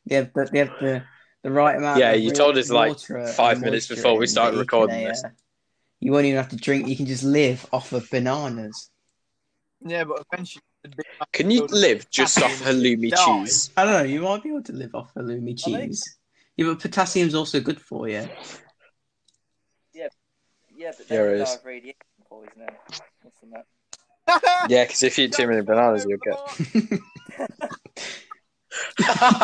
Speaker 2: They have the, they have the, the right amount.
Speaker 1: Yeah,
Speaker 2: of
Speaker 1: you
Speaker 2: wa-
Speaker 1: told us, like,
Speaker 2: water and
Speaker 1: five minutes
Speaker 2: moisture
Speaker 1: before we
Speaker 2: in that
Speaker 1: started
Speaker 2: you can,
Speaker 1: recording this.
Speaker 2: uh, you won't even have to drink. You can just live off of bananas.
Speaker 4: Yeah, but eventually, it'd be-
Speaker 1: Can you live just off halloumi
Speaker 4: Die.
Speaker 1: cheese?
Speaker 2: I don't know. You might be able to live off halloumi
Speaker 4: Are they-
Speaker 2: cheese. Yeah, but potassium's also good for you.
Speaker 3: Yeah, but
Speaker 1: Here it
Speaker 3: they
Speaker 1: is.
Speaker 3: are radiation poisoning. Isn't that?
Speaker 1: [laughs] Yeah, because if you eat too many bananas, you'll get. [laughs]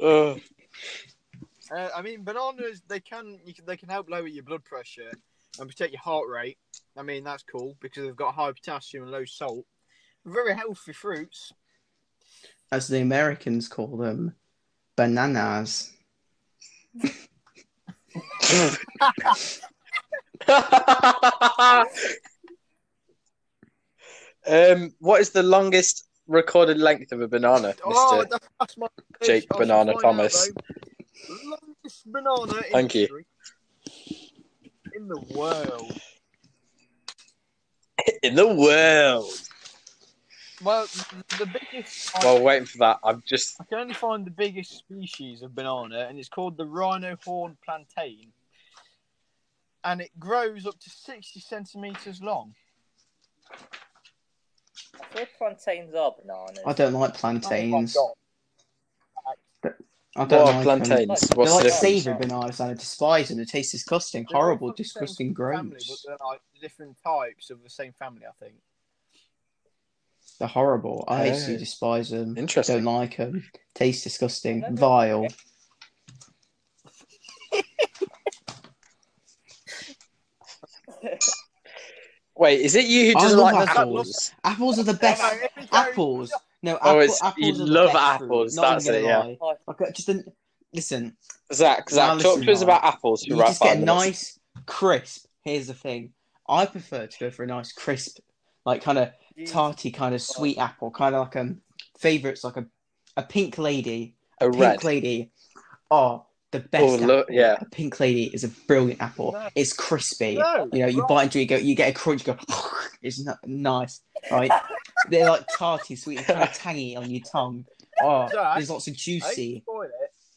Speaker 1: Ugh.
Speaker 4: Uh, I mean, bananas they can, you can they can help lower your blood pressure and protect your heart rate. I mean, that's cool because they've got high potassium and low salt. Very healthy fruits.
Speaker 2: As the Americans call them, bananas.
Speaker 1: [laughs] um, what is the longest recorded length of a banana,
Speaker 4: Oh,
Speaker 1: Mister?
Speaker 4: that's, that's my
Speaker 1: Jake
Speaker 4: I should
Speaker 1: Banana
Speaker 4: find out,
Speaker 1: Thomas.
Speaker 4: though. Longest banana in
Speaker 1: Thank you.
Speaker 4: history in the world.
Speaker 1: In the world.
Speaker 4: Well, the biggest.
Speaker 1: While we're waiting for that, I've just
Speaker 4: I can only find the biggest species of banana, and it's called the rhino horn plantain. and it grows up to 60 centimeters long.
Speaker 3: I feel plantains are bananas.
Speaker 2: I don't like plantains.
Speaker 1: Oh
Speaker 2: I don't
Speaker 1: What are
Speaker 2: like them.
Speaker 1: plantains?
Speaker 3: Like-
Speaker 2: They're
Speaker 1: What's the
Speaker 2: like
Speaker 3: difference?
Speaker 1: difference?
Speaker 2: savoury bananas, and I despise them. They taste disgusting,
Speaker 4: They're all
Speaker 2: horrible,
Speaker 4: from the same
Speaker 2: disgusting
Speaker 4: Family, but
Speaker 2: gross.
Speaker 4: they're like different types of the same family, I think.
Speaker 2: They're horrible. I
Speaker 1: Oh.
Speaker 2: absolutely despise them. Don't
Speaker 1: Interesting.
Speaker 2: like them. Taste disgusting,
Speaker 3: I don't know.
Speaker 2: vile.
Speaker 1: Wait, is it you who
Speaker 2: I
Speaker 1: doesn't
Speaker 2: love
Speaker 1: like
Speaker 2: apples.
Speaker 1: apples?
Speaker 2: Apples are the best.
Speaker 4: Sorry, if we go-
Speaker 2: Apples. No,
Speaker 1: Oh,
Speaker 2: apple,
Speaker 1: it's-
Speaker 2: apples
Speaker 1: you
Speaker 2: are the
Speaker 1: love
Speaker 2: best fruit,
Speaker 1: apples,
Speaker 2: Not even
Speaker 1: that's
Speaker 2: gonna
Speaker 1: it, yeah.
Speaker 2: lie. Like, uh, just a, listen,
Speaker 1: Zach,
Speaker 2: Now
Speaker 1: Zach, talk
Speaker 2: listen,
Speaker 1: to us
Speaker 2: Ryan.
Speaker 1: about apples for
Speaker 2: you
Speaker 1: about
Speaker 2: just get
Speaker 1: five
Speaker 2: a
Speaker 1: minutes.
Speaker 2: nice crisp. Here's the thing: I prefer to go for a nice crisp, like kind of tarty, kind of sweet apple, kind of like um favorites, like a a pink lady,
Speaker 1: A
Speaker 2: pink
Speaker 1: red.
Speaker 2: lady. Oh, the best.
Speaker 1: Oh, look,
Speaker 2: apple.
Speaker 1: yeah.
Speaker 2: a pink lady is a brilliant apple.
Speaker 4: No.
Speaker 2: It's crispy.
Speaker 4: No,
Speaker 2: You know, you
Speaker 4: right.
Speaker 2: bite into it, you go, you get a crunch, you go. [sighs] It's not nice, right? They're like tarty, sweet, and kind of tangy on your tongue. Oh,
Speaker 4: Jack,
Speaker 2: there's lots of
Speaker 4: I hate to
Speaker 2: juicy.
Speaker 4: spoil it,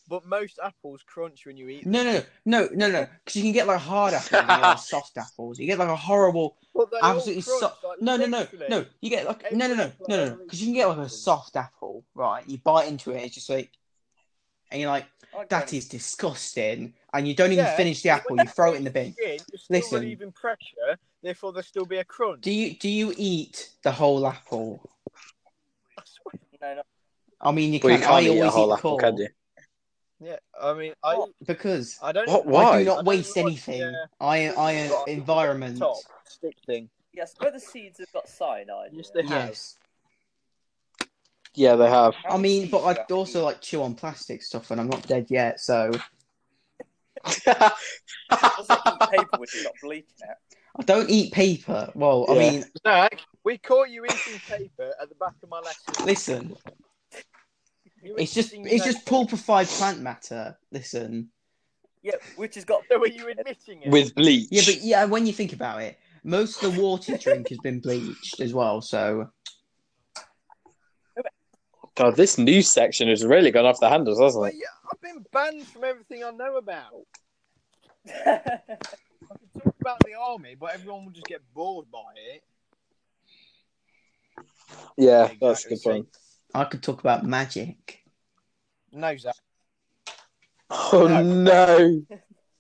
Speaker 4: but most apples crunch when you eat them.
Speaker 2: No, no, no, no, no, because you can get like hard apples, and you get, like, soft apples. You get like a horrible,
Speaker 4: But they all
Speaker 2: absolutely
Speaker 4: crunch,
Speaker 2: soft.
Speaker 4: like,
Speaker 2: No, no, no,
Speaker 4: literally.
Speaker 2: no. You get like no, no, no, no, no, because you can get like a soft apple, right? You bite into it, it's just like, and you're like, that is disgusting, and you don't even
Speaker 4: Yeah,
Speaker 2: finish the
Speaker 4: but
Speaker 2: apple.
Speaker 4: when
Speaker 2: You throw it in the bin.
Speaker 4: Again, there's still
Speaker 2: Listen.
Speaker 4: relieving pressure, therefore there'll still be a crunch.
Speaker 2: Do you do you eat the whole apple?
Speaker 4: I swear.
Speaker 3: No, no.
Speaker 2: I mean, you
Speaker 1: Well,
Speaker 2: can.
Speaker 1: you can't
Speaker 2: I
Speaker 1: eat a
Speaker 2: always eat
Speaker 1: whole
Speaker 2: the
Speaker 1: apple,
Speaker 2: core
Speaker 1: can you?
Speaker 4: Yeah, I mean, I,
Speaker 3: What?
Speaker 2: because
Speaker 4: I don't.
Speaker 1: What?
Speaker 2: I
Speaker 1: Why?
Speaker 2: do not
Speaker 4: I don't
Speaker 2: waste
Speaker 4: like,
Speaker 2: anything.
Speaker 4: uh,
Speaker 2: I I
Speaker 4: I've got a
Speaker 2: environment.
Speaker 4: Top stick thing.
Speaker 3: Yes, but the seeds have got cyanide. in
Speaker 4: Yes,
Speaker 3: them.
Speaker 4: they have.
Speaker 2: Yes.
Speaker 1: Yeah, they have.
Speaker 2: I
Speaker 3: How many
Speaker 2: mean,
Speaker 3: seeds
Speaker 2: but
Speaker 3: do you
Speaker 2: I
Speaker 3: have to
Speaker 2: also
Speaker 3: [laughs] eat?
Speaker 2: like chew on plastic stuff, and I'm not dead yet, so
Speaker 3: Also eat paper which has got bleach in it.
Speaker 2: I don't eat paper. Well, I
Speaker 1: Yeah.
Speaker 2: mean,
Speaker 4: Zach, we caught you eating paper at the back of my lesson.
Speaker 2: listen,
Speaker 4: You were
Speaker 2: it's just
Speaker 4: eating
Speaker 2: it's just
Speaker 4: paper.
Speaker 2: pulpified plant matter. Listen,
Speaker 3: Yeah, which has got.
Speaker 4: [laughs] [laughs] So are you admitting
Speaker 1: [laughs]
Speaker 4: it?
Speaker 1: With bleach.
Speaker 2: yeah, but yeah, when you think about it, most of the water you drink has been bleached as well. So
Speaker 1: God, this news section has really gone off the handles, hasn't
Speaker 4: Well,
Speaker 1: it?
Speaker 4: yeah, I've been banned from everything I know about.
Speaker 3: [laughs]
Speaker 4: I could talk about the army, but everyone will just get bored by it.
Speaker 1: Yeah, that's a
Speaker 4: Exactly.
Speaker 1: good point.
Speaker 2: I could talk about magic.
Speaker 4: No, Zach.
Speaker 1: Oh no,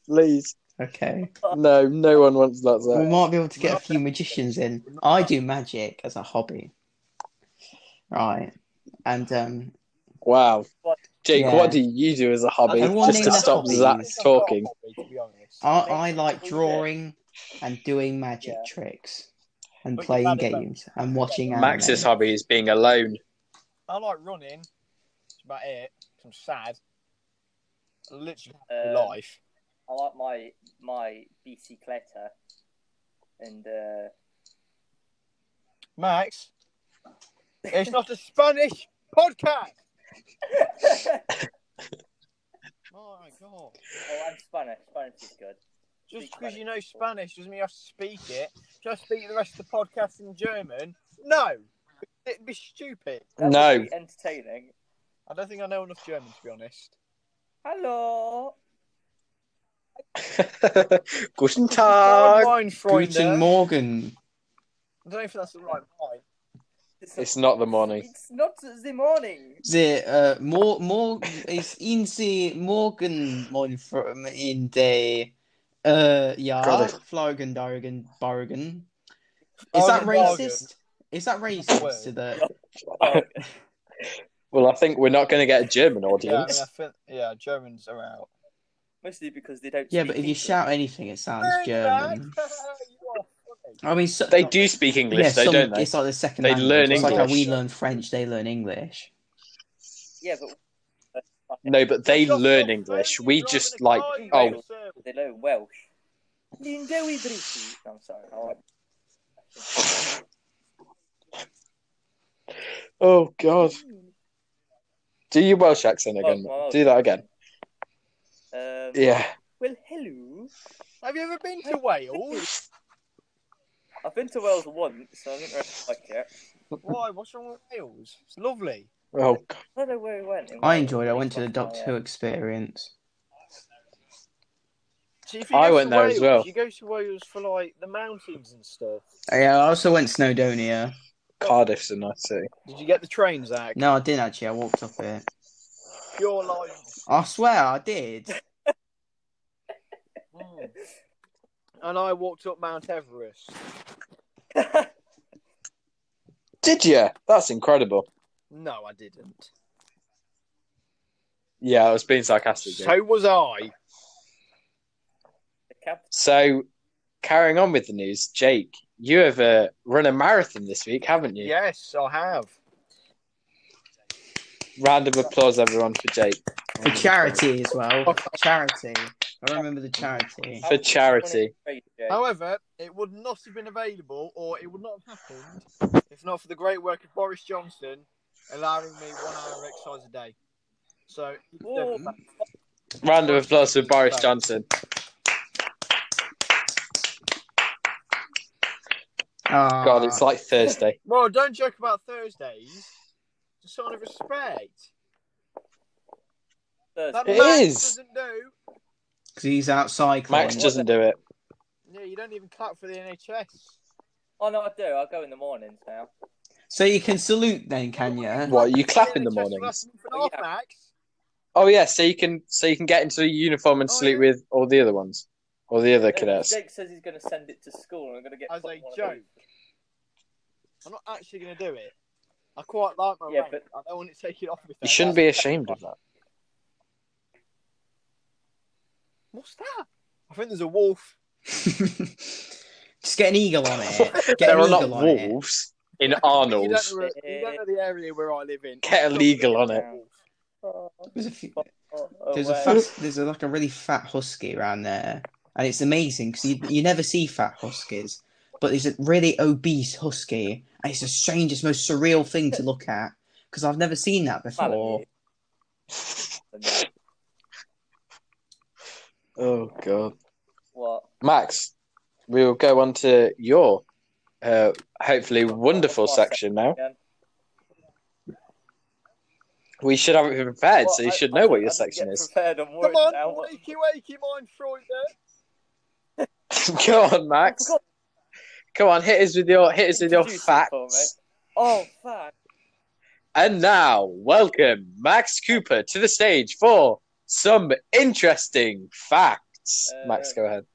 Speaker 1: please,
Speaker 2: Okay,
Speaker 1: no, no one wants that.
Speaker 2: we
Speaker 1: Zach.
Speaker 2: might be able to get a few magicians in. I do magic as a hobby, right? And um,
Speaker 1: Wow, Jake,
Speaker 2: Yeah.
Speaker 1: what do you do as a hobby
Speaker 2: I wanna
Speaker 1: just to
Speaker 2: name the
Speaker 1: stop
Speaker 2: hobbies.
Speaker 1: Zach
Speaker 4: I've got a
Speaker 1: talking?
Speaker 4: hobby, to be honest.
Speaker 2: I, I like
Speaker 3: Bullshit.
Speaker 2: drawing and doing magic
Speaker 3: Yeah.
Speaker 2: tricks and
Speaker 4: But you're
Speaker 2: playing
Speaker 4: bad at both.
Speaker 2: games and watching anime.
Speaker 1: Max's hobby is being alone. [laughs]
Speaker 4: I like running. That's about it. 'cause I'm sad. I literally have
Speaker 3: Um,
Speaker 4: no life.
Speaker 3: I like my my bicicleta and uh, [laughs]
Speaker 4: Max, it's not a Spanish podcast. Oh my god!
Speaker 3: oh, and Spanish. Spanish is good.
Speaker 4: Just because you know Spanish doesn't mean you have to speak it. Should I speak the rest of the podcast in German? No, it'd be stupid.
Speaker 3: That would
Speaker 1: No.
Speaker 3: be entertaining.
Speaker 4: I don't think I know enough German to be honest.
Speaker 3: Hello.
Speaker 1: Guten
Speaker 4: Fine
Speaker 1: Tag.
Speaker 4: wine,
Speaker 2: Guten
Speaker 4: Freunde.
Speaker 2: Morgen.
Speaker 4: I don't know if that's the right wine.
Speaker 1: It's not the morning.
Speaker 3: It's not the morning.
Speaker 2: The uh, mor mor is in the Morgen morning from in the uh yeah
Speaker 1: Got it.
Speaker 2: Flogen Dorgen Borgen. Is that
Speaker 4: Bargen.
Speaker 2: racist? Is that racist to the
Speaker 3: Oh,
Speaker 1: Well, I think we're not going to get a German
Speaker 4: Yeah, I
Speaker 1: audience.
Speaker 4: mean, I think, yeah, Germans are out.
Speaker 3: mostly because they don't.
Speaker 2: Yeah,
Speaker 3: speak
Speaker 2: but if you
Speaker 3: English.
Speaker 2: shout anything it sounds
Speaker 4: Hey,
Speaker 2: German.
Speaker 4: Max, [laughs] you are funny.
Speaker 2: I mean so,
Speaker 1: They do speak English,
Speaker 2: yeah,
Speaker 1: though,
Speaker 2: some,
Speaker 1: don't they?
Speaker 2: it's like the second
Speaker 1: They
Speaker 2: language.
Speaker 1: learn
Speaker 2: it's like how
Speaker 1: English.
Speaker 2: we learn French, they learn English.
Speaker 3: Yeah, but
Speaker 1: No, but they
Speaker 4: Pick up
Speaker 1: learn
Speaker 4: your
Speaker 1: English.
Speaker 4: phone,
Speaker 1: We
Speaker 4: you're driving
Speaker 1: just
Speaker 4: a
Speaker 1: like,
Speaker 4: car, you
Speaker 1: oh,
Speaker 4: imbecile.
Speaker 3: they learn Welsh. Linda we British. I'm sorry. I like
Speaker 1: oh god. Do your Welsh accent
Speaker 3: Oh,
Speaker 1: again.
Speaker 3: my
Speaker 1: Do that again.
Speaker 3: Um,
Speaker 1: Yeah.
Speaker 3: Well, hello.
Speaker 4: Have you ever been to
Speaker 1: [laughs]
Speaker 4: Wales?
Speaker 3: I've been to Wales once, so I didn't really like it.
Speaker 4: Why? What's wrong with Wales? It's lovely.
Speaker 1: Oh, God.
Speaker 3: I don't know where we went. in
Speaker 2: I
Speaker 3: Wales.
Speaker 2: enjoyed it. I went to the
Speaker 3: Fucking
Speaker 2: Doctor Who
Speaker 3: hell.
Speaker 2: experience.
Speaker 3: See, if you
Speaker 1: I
Speaker 3: go
Speaker 1: went
Speaker 3: to
Speaker 1: there as
Speaker 3: Wales,
Speaker 1: well.
Speaker 3: You go to Wales for like the mountains and stuff.
Speaker 2: Oh, Yeah, I also went Snowdonia.
Speaker 1: Cardiff's a nice city.
Speaker 4: Did you get the trains, Zach?
Speaker 2: No, I didn't actually. I walked up it.
Speaker 3: Pure life.
Speaker 2: I swear I did.
Speaker 4: Mm. And I walked up Mount Everest.
Speaker 1: Did you? That's incredible.
Speaker 4: No, I didn't.
Speaker 1: Yeah, I was being sarcastic. dude.
Speaker 4: So was I.
Speaker 3: [laughs] The cap-
Speaker 1: So, carrying on with the news, Jake, you have uh, run a marathon this week, haven't you?
Speaker 4: Yes, I have.
Speaker 1: Round of applause, everyone, for Jake.
Speaker 2: For charity as well. Charity. I remember the charity.
Speaker 1: For charity.
Speaker 3: Hey, Jay.
Speaker 2: Oh,
Speaker 4: However, it would not have been available or it would not have happened if not for the great work of Boris Johnson allowing me one hour of exercise a day. So,
Speaker 3: Oh,
Speaker 4: um,
Speaker 1: Round of applause for Boris Johnson.
Speaker 2: Ah,
Speaker 1: God, it's like Thursday.
Speaker 4: well, don't joke about Thursdays. It's a sign of respect. That
Speaker 1: It
Speaker 3: Thursday.
Speaker 4: man
Speaker 1: is.
Speaker 4: doesn't do.
Speaker 2: 'cause he's outside.
Speaker 1: Max doesn't do it.
Speaker 4: Yeah, you don't even clap for the NHS.
Speaker 3: Oh no, I do. I go in the mornings now.
Speaker 2: So you can salute then, can you?
Speaker 1: What? Oh, You clap
Speaker 4: The
Speaker 1: in the
Speaker 4: NHS were
Speaker 1: mornings?
Speaker 4: asking for an
Speaker 3: Oh,
Speaker 4: off,
Speaker 3: yeah.
Speaker 4: Max.
Speaker 1: Oh yeah, so you can so you can get into a uniform and
Speaker 4: Oh,
Speaker 1: sleep
Speaker 4: yeah.
Speaker 1: with all the other ones, all the other
Speaker 3: No,
Speaker 1: cadets.
Speaker 3: Jake says he's going to send it to school, and I'm going to get
Speaker 4: As
Speaker 3: fucking
Speaker 4: a
Speaker 3: one of
Speaker 4: joke. I'm not actually going to do it. I quite like my
Speaker 3: Yeah,
Speaker 4: rank. I don't want to take it off me.
Speaker 1: You shouldn't be ashamed of that.
Speaker 4: What's that? I think there's a wolf.
Speaker 2: [laughs] Just get an eagle on
Speaker 1: [laughs]
Speaker 2: it. Get
Speaker 1: there
Speaker 2: an
Speaker 1: are
Speaker 2: eagle
Speaker 1: not
Speaker 2: on it.
Speaker 1: wolves in
Speaker 4: You don't,
Speaker 1: Arnold's.
Speaker 4: know, where- you don't know the area where I live in.
Speaker 1: Get a legal on it.
Speaker 3: those. Oh,
Speaker 2: There's a, few,
Speaker 3: oh, oh,
Speaker 2: there's a
Speaker 3: wait.
Speaker 2: fat, there's a, like a really fat husky around there, and it's amazing because you you never see fat huskies, but there's a really obese husky, and it's the strangest, most surreal thing to look at because I've never seen that before.
Speaker 3: Malamute. And
Speaker 1: Oh god,
Speaker 3: What?
Speaker 1: Max, we will go on to your uh, hopefully wonderful section now. We should have it prepared, so you
Speaker 3: Well, I-
Speaker 1: should
Speaker 3: I-
Speaker 1: know what
Speaker 3: I
Speaker 1: your
Speaker 3: didn't
Speaker 1: section
Speaker 3: get
Speaker 1: is.
Speaker 3: Prepared on
Speaker 4: Come on,
Speaker 3: now. What-
Speaker 4: wakey, wakey, mind Freud there.
Speaker 1: [laughs] go on, Max.
Speaker 3: forgot.
Speaker 1: Come on, hit us with your hit us with your
Speaker 3: Introduce it for me.
Speaker 1: facts.
Speaker 3: Oh, fuck.
Speaker 1: And now, welcome Max Cooper to the stage for some interesting facts.
Speaker 3: Uh,
Speaker 1: Max, go ahead.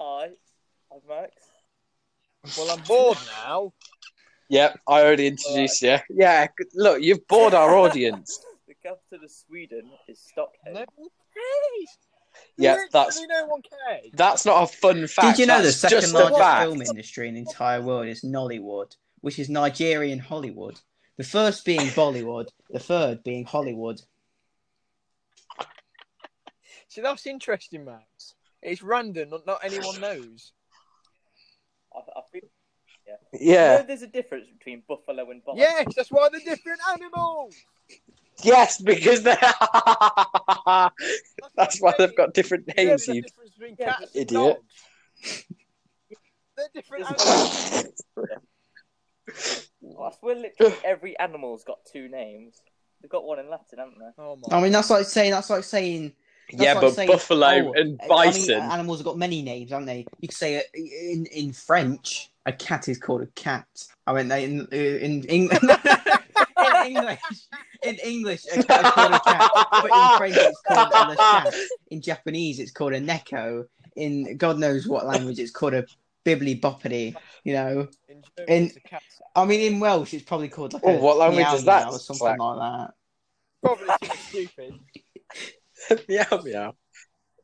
Speaker 3: Hi, I'm Max.
Speaker 4: Well, I'm bored now.
Speaker 1: Yep, I already introduced you. Yeah, g- look, you've bored
Speaker 3: [laughs]
Speaker 1: our audience.
Speaker 3: The capital of Sweden is Stockholm.
Speaker 4: No one cares.
Speaker 1: Yeah,
Speaker 4: Literally
Speaker 1: that's-
Speaker 4: no one cares.
Speaker 1: That's not a fun fact.
Speaker 2: Did you know the
Speaker 1: that's
Speaker 2: second
Speaker 1: just a
Speaker 2: largest
Speaker 1: fact.
Speaker 2: film industry in the entire world is Nollywood, which is Nigerian Hollywood? The first being Bollywood, the third being Hollywood.
Speaker 4: See, that's interesting, Max. It's random. Not, not anyone knows.
Speaker 3: I, I feel, you
Speaker 1: Yeah.
Speaker 3: know, there's a difference between buffalo and bison.
Speaker 4: Yes, that's why they're different animals.
Speaker 1: [laughs] Yes, because they [laughs] That's why
Speaker 4: what I
Speaker 1: they've
Speaker 4: mean.
Speaker 1: got
Speaker 4: [laughs]
Speaker 1: different
Speaker 4: You know
Speaker 1: names.
Speaker 4: the
Speaker 1: You
Speaker 4: difference between
Speaker 3: Yeah,
Speaker 4: cats and
Speaker 1: idiot.
Speaker 4: dogs. [laughs] They're different
Speaker 3: There's-
Speaker 4: animals.
Speaker 3: I
Speaker 1: [laughs]
Speaker 3: swear, literally every animal's got two names. They've got one in Latin, haven't they?
Speaker 4: Oh
Speaker 2: I mean, that's like saying that's like saying That's
Speaker 1: yeah,
Speaker 2: like
Speaker 1: but
Speaker 2: saying-
Speaker 1: buffalo
Speaker 2: oh,
Speaker 1: and
Speaker 2: I [laughs] mean,
Speaker 1: bison.
Speaker 2: animals have got many names, haven't they? You could say uh, in in French, a cat is called a cat. I mean, they- in in, in, [laughs] in English, in English, a cat is called a cat, but in French, it's called a chat. In Japanese, it's called a neko. In God knows what language, it's called a bibbly boppity. You know,
Speaker 4: In German,
Speaker 2: In-
Speaker 4: it's a cat.
Speaker 2: I mean, in Welsh, it's probably called like
Speaker 1: Oh,
Speaker 2: a
Speaker 1: what language
Speaker 2: meow
Speaker 1: is that,
Speaker 2: meow or something
Speaker 1: Slack?
Speaker 2: like that.
Speaker 4: Probably too stupid.
Speaker 1: [laughs] meow meow.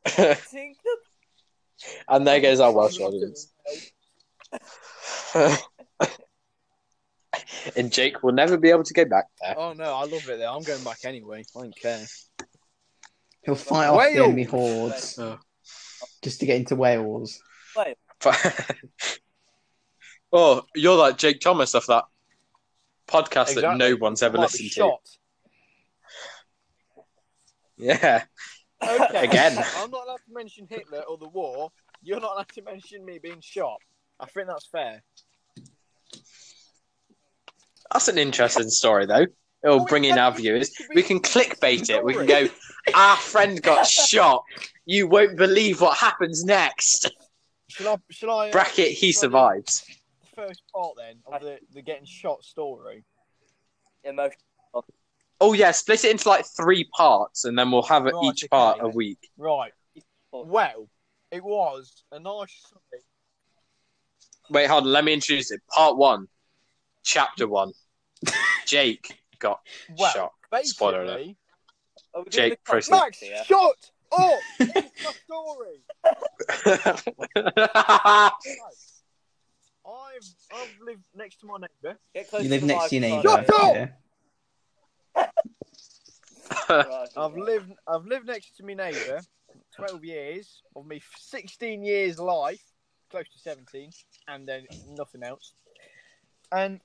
Speaker 3: Think
Speaker 1: [laughs] and there goes our Welsh audience. [laughs] and Jake will never be able to go back there.
Speaker 4: Oh no, I love it though. I'm going back anyway. I don't care.
Speaker 2: He'll fight off the
Speaker 4: Wales.
Speaker 2: enemy hordes
Speaker 4: Oh.
Speaker 2: just to get into Wales.
Speaker 1: [laughs] oh, you're like Jake Thomas off that podcast that
Speaker 4: Exactly.
Speaker 1: no one's ever
Speaker 4: Might be
Speaker 1: listened to.
Speaker 4: shot.
Speaker 1: Yeah.
Speaker 4: Okay.
Speaker 1: Again.
Speaker 4: [laughs] I'm not allowed to mention Hitler or the war. You're not allowed to mention me being shot. I think that's fair.
Speaker 1: That's an interesting story, though. It'll
Speaker 4: Oh,
Speaker 1: bring in
Speaker 4: yeah,
Speaker 1: our
Speaker 4: it
Speaker 1: viewers.
Speaker 4: should be-
Speaker 1: We can clickbait it. We can go, our friend got shot. You won't believe what happens next.
Speaker 4: Shall I? Shall I? uh,
Speaker 1: Bracket, he
Speaker 4: shall I do
Speaker 1: survives.
Speaker 4: The first part then of the, the getting shot story.
Speaker 3: Emotion.
Speaker 1: Oh, yeah, split it into like three parts and then we'll have it
Speaker 4: Right,
Speaker 1: each
Speaker 4: okay.
Speaker 1: part a week.
Speaker 4: Right.
Speaker 1: Oh.
Speaker 4: Well, it was a nice. story.
Speaker 1: Wait, hold on. Let me introduce it. Part one, chapter one.
Speaker 4: [laughs]
Speaker 1: Jake got
Speaker 4: Well, [laughs]
Speaker 1: shot.
Speaker 4: basically,
Speaker 1: Spoiler alert.
Speaker 3: Are we Oh, doing
Speaker 1: Jake,
Speaker 3: the
Speaker 1: proceed.
Speaker 3: context
Speaker 4: Max,
Speaker 3: here?
Speaker 4: shut up! It's my story. So, I've I've lived next to my neighbour.
Speaker 3: Get close
Speaker 2: You
Speaker 3: to
Speaker 2: live
Speaker 3: the
Speaker 2: next to your neighbour.
Speaker 3: microphone.
Speaker 4: Shut up!
Speaker 2: yeah.
Speaker 3: Right,
Speaker 4: I've
Speaker 3: right.
Speaker 4: lived I've lived next to my neighbour twelve years of me sixteen years life, close to seventeen, and then nothing else. And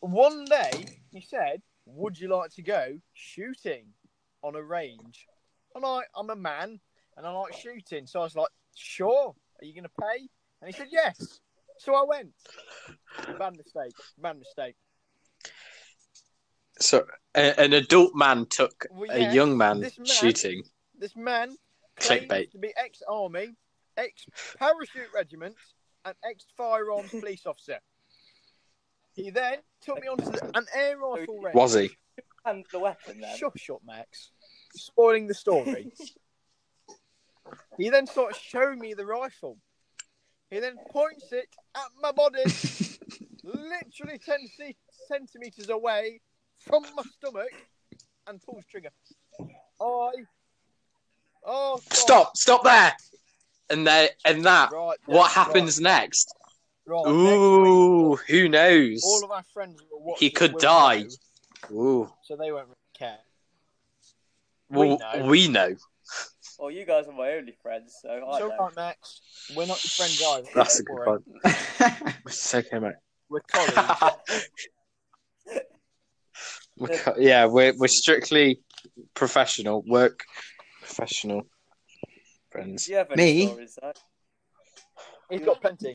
Speaker 4: one day he said, "Would you like to go shooting on a range?" And I I'm a man and I like shooting, so I was like, "Sure, are you going to pay?" And he said, "Yes." So I went. Bad mistake. Bad mistake.
Speaker 1: so, a, an adult man took
Speaker 4: Well,
Speaker 1: a
Speaker 4: yeah,
Speaker 1: young man,
Speaker 4: this man-
Speaker 1: shooting.
Speaker 4: This man claims
Speaker 1: Clickbait.
Speaker 4: to be ex-army, ex-parachute regiment, and ex-firearms police officer. He then took me onto the, an air rifle range.
Speaker 1: Was he?
Speaker 3: And the weapon then.
Speaker 4: Shush up, Max. Spoiling
Speaker 1: [laughs]
Speaker 4: the story. he then starts showing me the rifle. He then points it at
Speaker 1: [laughs]
Speaker 4: my body, literally 10 ce- centimetres away from my stomach, and pulls trigger. I. Oh, God.
Speaker 1: Stop! Stop there! And there, and that.
Speaker 4: Right,
Speaker 1: What
Speaker 4: yeah,
Speaker 1: happens next?
Speaker 4: Right, right, next
Speaker 1: Ooh,
Speaker 4: week,
Speaker 1: who knows?
Speaker 4: all of our friends were watching.
Speaker 1: He could
Speaker 4: will
Speaker 1: die.
Speaker 4: know,
Speaker 1: Ooh,
Speaker 4: so they won't really care. We
Speaker 1: well,
Speaker 4: know.
Speaker 1: we know.
Speaker 3: Well, you guys are my only friends, so I
Speaker 4: So,
Speaker 3: don't.
Speaker 4: right, Max, we're not your friends either.
Speaker 1: That's a
Speaker 4: don't
Speaker 1: good
Speaker 4: worry.
Speaker 1: one.
Speaker 2: [laughs]
Speaker 1: It's okay, mate.
Speaker 4: We're colleagues.
Speaker 1: [laughs] We're co- yeah, we're we're strictly professional, work professional friends.
Speaker 3: Do you have any
Speaker 2: Me?
Speaker 3: stories? Zach?
Speaker 4: He's got plenty.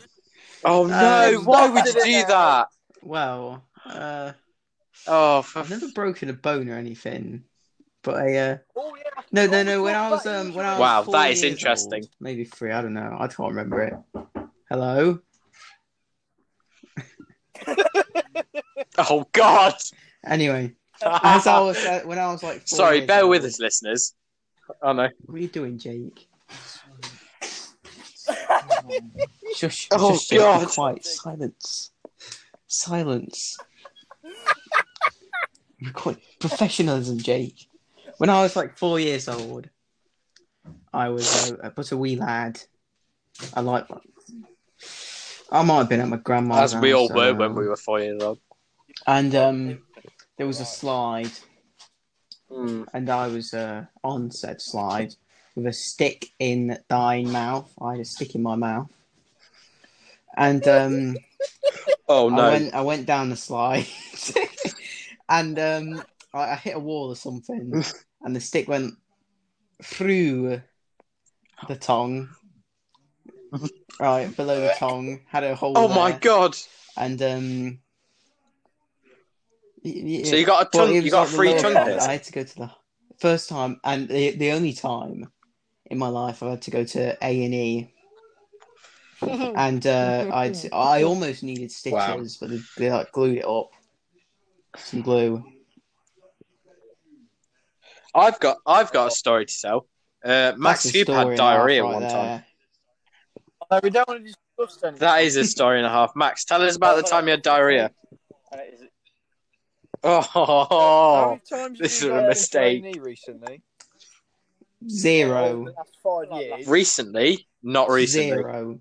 Speaker 1: Oh
Speaker 4: Uh,
Speaker 1: no!
Speaker 2: Um,
Speaker 1: why would you do that?
Speaker 2: Well, uh,
Speaker 1: Oh, for
Speaker 2: I've never broken a bone or anything, but I. Uh,
Speaker 4: Oh yeah.
Speaker 2: No,
Speaker 4: Oh,
Speaker 2: no,
Speaker 4: we
Speaker 2: no. When
Speaker 4: talked
Speaker 2: I was
Speaker 4: about it
Speaker 2: um, when I was
Speaker 1: Wow,
Speaker 2: four
Speaker 1: that is
Speaker 2: years
Speaker 1: interesting.
Speaker 2: old, maybe three. I don't know. I can't remember it. Hello.
Speaker 1: oh God!
Speaker 2: Anyway, as I was uh, when I was like, four
Speaker 1: Ah, [laughs] Sorry,
Speaker 2: years
Speaker 1: bear with
Speaker 2: old-
Speaker 1: us, listeners. Oh no!
Speaker 2: What are you doing, Jake? [laughs] Shush.
Speaker 1: Oh,
Speaker 2: shush, Jake, be
Speaker 1: God.
Speaker 2: Quiet. Silence. Silence. You're quite- Professionalism, Jake. When I was like four years old, I was uh, but a wee lad. I like. I might have been at my grandma's.
Speaker 1: As we all
Speaker 2: house, I
Speaker 1: were
Speaker 2: don't
Speaker 1: when
Speaker 2: know.
Speaker 1: we were four years old.
Speaker 2: And um, there was a slide,
Speaker 1: Mm.
Speaker 2: and I was uh, on said slide with a stick in thy mouth. I had a stick in my mouth, and um,
Speaker 1: Oh
Speaker 2: I
Speaker 1: no!
Speaker 2: went I went down the slide, [laughs] and um, I, I hit a wall
Speaker 1: [laughs]
Speaker 2: or something, and the stick went through
Speaker 1: [laughs]
Speaker 2: the tongue, right below the tongue, had a hole.
Speaker 1: Oh my
Speaker 2: there,
Speaker 1: God!
Speaker 2: And um, y- y-
Speaker 1: So you got a tongue?
Speaker 2: it
Speaker 1: You
Speaker 2: was
Speaker 1: got
Speaker 2: like
Speaker 1: a
Speaker 2: the
Speaker 1: free
Speaker 2: lower
Speaker 1: tongue
Speaker 2: part. I
Speaker 1: piercing?
Speaker 2: had to go to the first time and the, the only time in my life I had to go to A and E, and uh, I had to- I almost needed stitches,
Speaker 1: Wow.
Speaker 2: but they, they like glued it up, some glue.
Speaker 1: I've got I've got a story to tell. Uh, Max
Speaker 2: That's a
Speaker 1: Hube
Speaker 2: story
Speaker 1: had
Speaker 2: and a half
Speaker 1: diarrhea
Speaker 2: right
Speaker 1: one time.
Speaker 2: there.
Speaker 4: No, we don't want to discuss anything.
Speaker 1: That is a story and a half. Max, tell us about the time you had diarrhea.
Speaker 3: And it is-
Speaker 4: How
Speaker 1: Oh,
Speaker 4: many times
Speaker 1: this is
Speaker 4: have
Speaker 1: a
Speaker 4: you guys
Speaker 1: mistake.
Speaker 4: been to A&E E recently? Over
Speaker 2: Zero.
Speaker 4: the last five
Speaker 1: [laughs]
Speaker 4: years.
Speaker 1: recently? Not recently.
Speaker 2: Zero.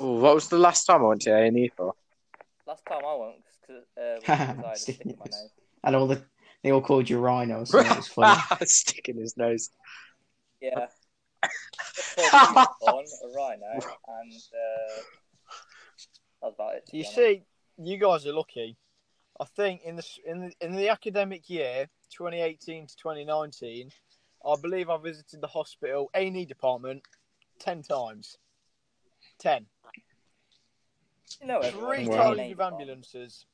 Speaker 1: Ooh, what was the last time I went to A and E for?
Speaker 3: Last time I went, because
Speaker 2: [laughs]
Speaker 3: uh, I had a stick in my
Speaker 2: Yes.
Speaker 3: nose.
Speaker 2: And all the they all called you rhino, so that
Speaker 1: [laughs]
Speaker 2: was funny.
Speaker 1: Sticking his nose.
Speaker 3: Yeah.
Speaker 2: [laughs]
Speaker 3: on a rhino, and uh, that was about it. to
Speaker 4: You
Speaker 3: be honest.
Speaker 4: see, you guys are lucky. I think in the s- in the, in the academic year 2018 to 2019, I believe I visited the hospital A&E department ten times. Ten.
Speaker 3: You know everyone
Speaker 4: Three
Speaker 3: in
Speaker 1: Wow.
Speaker 3: the
Speaker 4: times
Speaker 3: name
Speaker 4: with ambulances.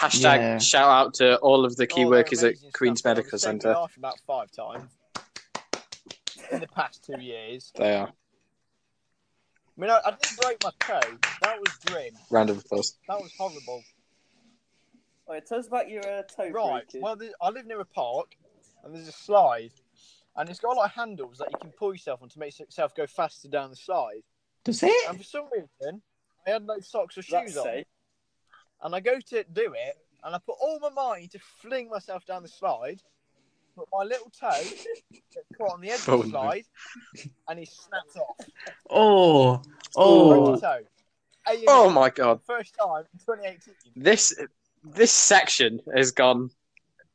Speaker 1: Hashtag
Speaker 2: Yeah.
Speaker 1: shout out to all of the key
Speaker 4: All their
Speaker 1: workers at
Speaker 4: Oh, amazing
Speaker 1: Queen's
Speaker 4: stuff. I've
Speaker 1: Medical
Speaker 4: saved my
Speaker 1: Centre.
Speaker 4: life about five times in the past two years.
Speaker 1: They are.
Speaker 4: I mean, I, I did break my toe. That was grim.
Speaker 1: Round of applause.
Speaker 4: That was horrible.
Speaker 3: Alright, tell us about your uh, toe
Speaker 4: Right.
Speaker 3: break.
Speaker 4: Well, there- I live near a park, and there's a slide, and it's got like handles that you can pull yourself on to make yourself go faster down the slide.
Speaker 2: Does
Speaker 4: And
Speaker 2: it?
Speaker 4: for some reason, I had no socks or shoes
Speaker 3: That's
Speaker 4: on,
Speaker 3: safe.
Speaker 4: and I go to do it, and I put all my might into fling myself down the slide, but my little toe gets caught on the edge
Speaker 1: Oh,
Speaker 4: of
Speaker 1: no.
Speaker 4: the slide, and it snapped off.
Speaker 2: Oh,
Speaker 4: Broke my
Speaker 2: oh,
Speaker 4: toe. A&E,
Speaker 1: Oh my god.
Speaker 4: First time in 2018.
Speaker 1: This this section has gone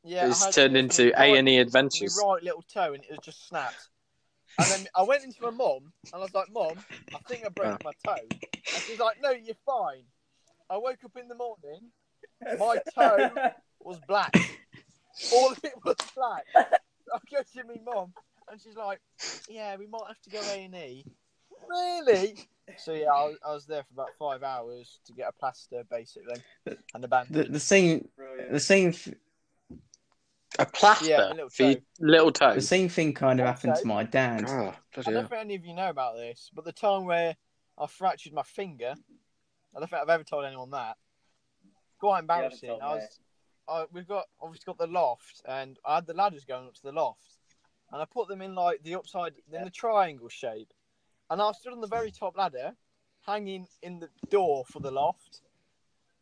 Speaker 4: Yeah,
Speaker 1: is
Speaker 4: I had-
Speaker 1: turned
Speaker 4: it was
Speaker 1: into
Speaker 4: my
Speaker 1: A
Speaker 4: right
Speaker 1: and E
Speaker 4: my
Speaker 1: Adventures.
Speaker 4: right little toe and it was just snapped. And then I went into my mum and I was like, Mum, I think I
Speaker 1: Ah.
Speaker 4: broke my toe. And she's like, No, you're fine. I woke up in the morning, my toe was black. All of it was black. I go to my mum and she's like, Yeah, we might have to go A and E. Really? So yeah, I, was- I was there for about five hours to get a plaster basically and a band.
Speaker 2: the the same the
Speaker 3: [laughs]
Speaker 2: [laughs]
Speaker 3: Brilliant.
Speaker 2: same f-
Speaker 1: A plaster
Speaker 4: Yeah, my little
Speaker 1: for your
Speaker 4: toe.
Speaker 1: little toe.
Speaker 2: the same thing kind of happened to my dad.
Speaker 1: Oh,
Speaker 4: I
Speaker 1: bloody
Speaker 4: don't
Speaker 1: hell.
Speaker 4: think any of you know about this, but the time where I fractured my finger, I don't think I've ever told anyone that. Quite
Speaker 3: haven't
Speaker 4: embarrassing.
Speaker 3: told me.
Speaker 4: I was, I, we've got obviously got the loft, and I had the ladders going up to the loft, and I put them in like the upside in the triangle shape, and I stood on the very top ladder, hanging in the door for the loft,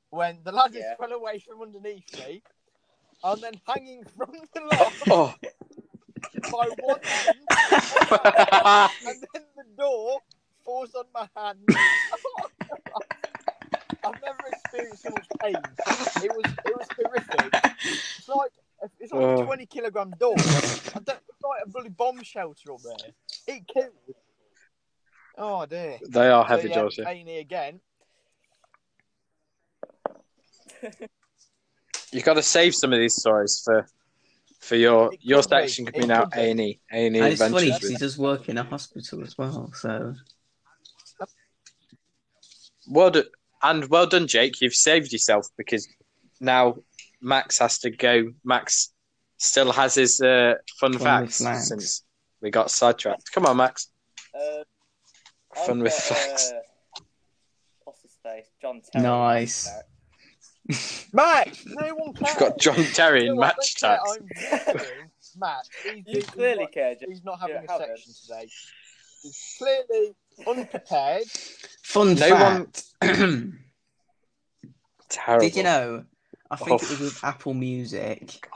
Speaker 4: when the ladders
Speaker 3: Yeah.
Speaker 4: fell away from underneath me, and then hanging [laughs] from the loft
Speaker 1: Oh.
Speaker 4: by one hand.
Speaker 1: [laughs] Oh.
Speaker 4: and then the door falls on my hand. I've never experienced so much pain. It was it was horrific. It's like it's like
Speaker 1: Oh.
Speaker 4: a twenty kilogram door. I don't, it's like a bloody bomb shelter up there. It killed. Oh dear.
Speaker 1: they are heavy,
Speaker 4: so,
Speaker 1: Georgia.
Speaker 4: yeah, A&E again.
Speaker 1: you got to save some of these stories for for your
Speaker 4: It
Speaker 1: your
Speaker 4: could be.
Speaker 1: section could be
Speaker 4: It
Speaker 1: now
Speaker 4: could be.
Speaker 1: A and E A and E
Speaker 2: And it's funny
Speaker 1: Adventures.
Speaker 2: 'cause he does work in a hospital as well. So
Speaker 1: Well do- and well done, Jake. You've saved yourself because now Max has to go. Max still has his uh, fun
Speaker 2: Fun with
Speaker 1: facts
Speaker 2: Max.
Speaker 1: since we got sidetracked. Come on, Max.
Speaker 3: Uh, I've
Speaker 1: Fun with
Speaker 3: got,
Speaker 1: facts.
Speaker 3: Uh, what's his face? John Terry.
Speaker 2: Nice.
Speaker 4: Max, no one cares.
Speaker 1: You've got John Terry
Speaker 4: You know
Speaker 1: in
Speaker 4: what,
Speaker 1: match
Speaker 4: I
Speaker 1: tax.
Speaker 4: don't care. I'm doing Max. He's,
Speaker 3: You
Speaker 4: he's
Speaker 3: clearly
Speaker 4: not-
Speaker 3: care, John.
Speaker 4: he's not having
Speaker 3: Yeah,
Speaker 4: a
Speaker 3: haven't.
Speaker 4: section today. He's clearly unprepared. [laughs]
Speaker 2: fun
Speaker 1: No
Speaker 2: fact. [clears throat]
Speaker 1: Terrible.
Speaker 2: Did you know? I think it was
Speaker 1: Oh.
Speaker 2: with Apple Music,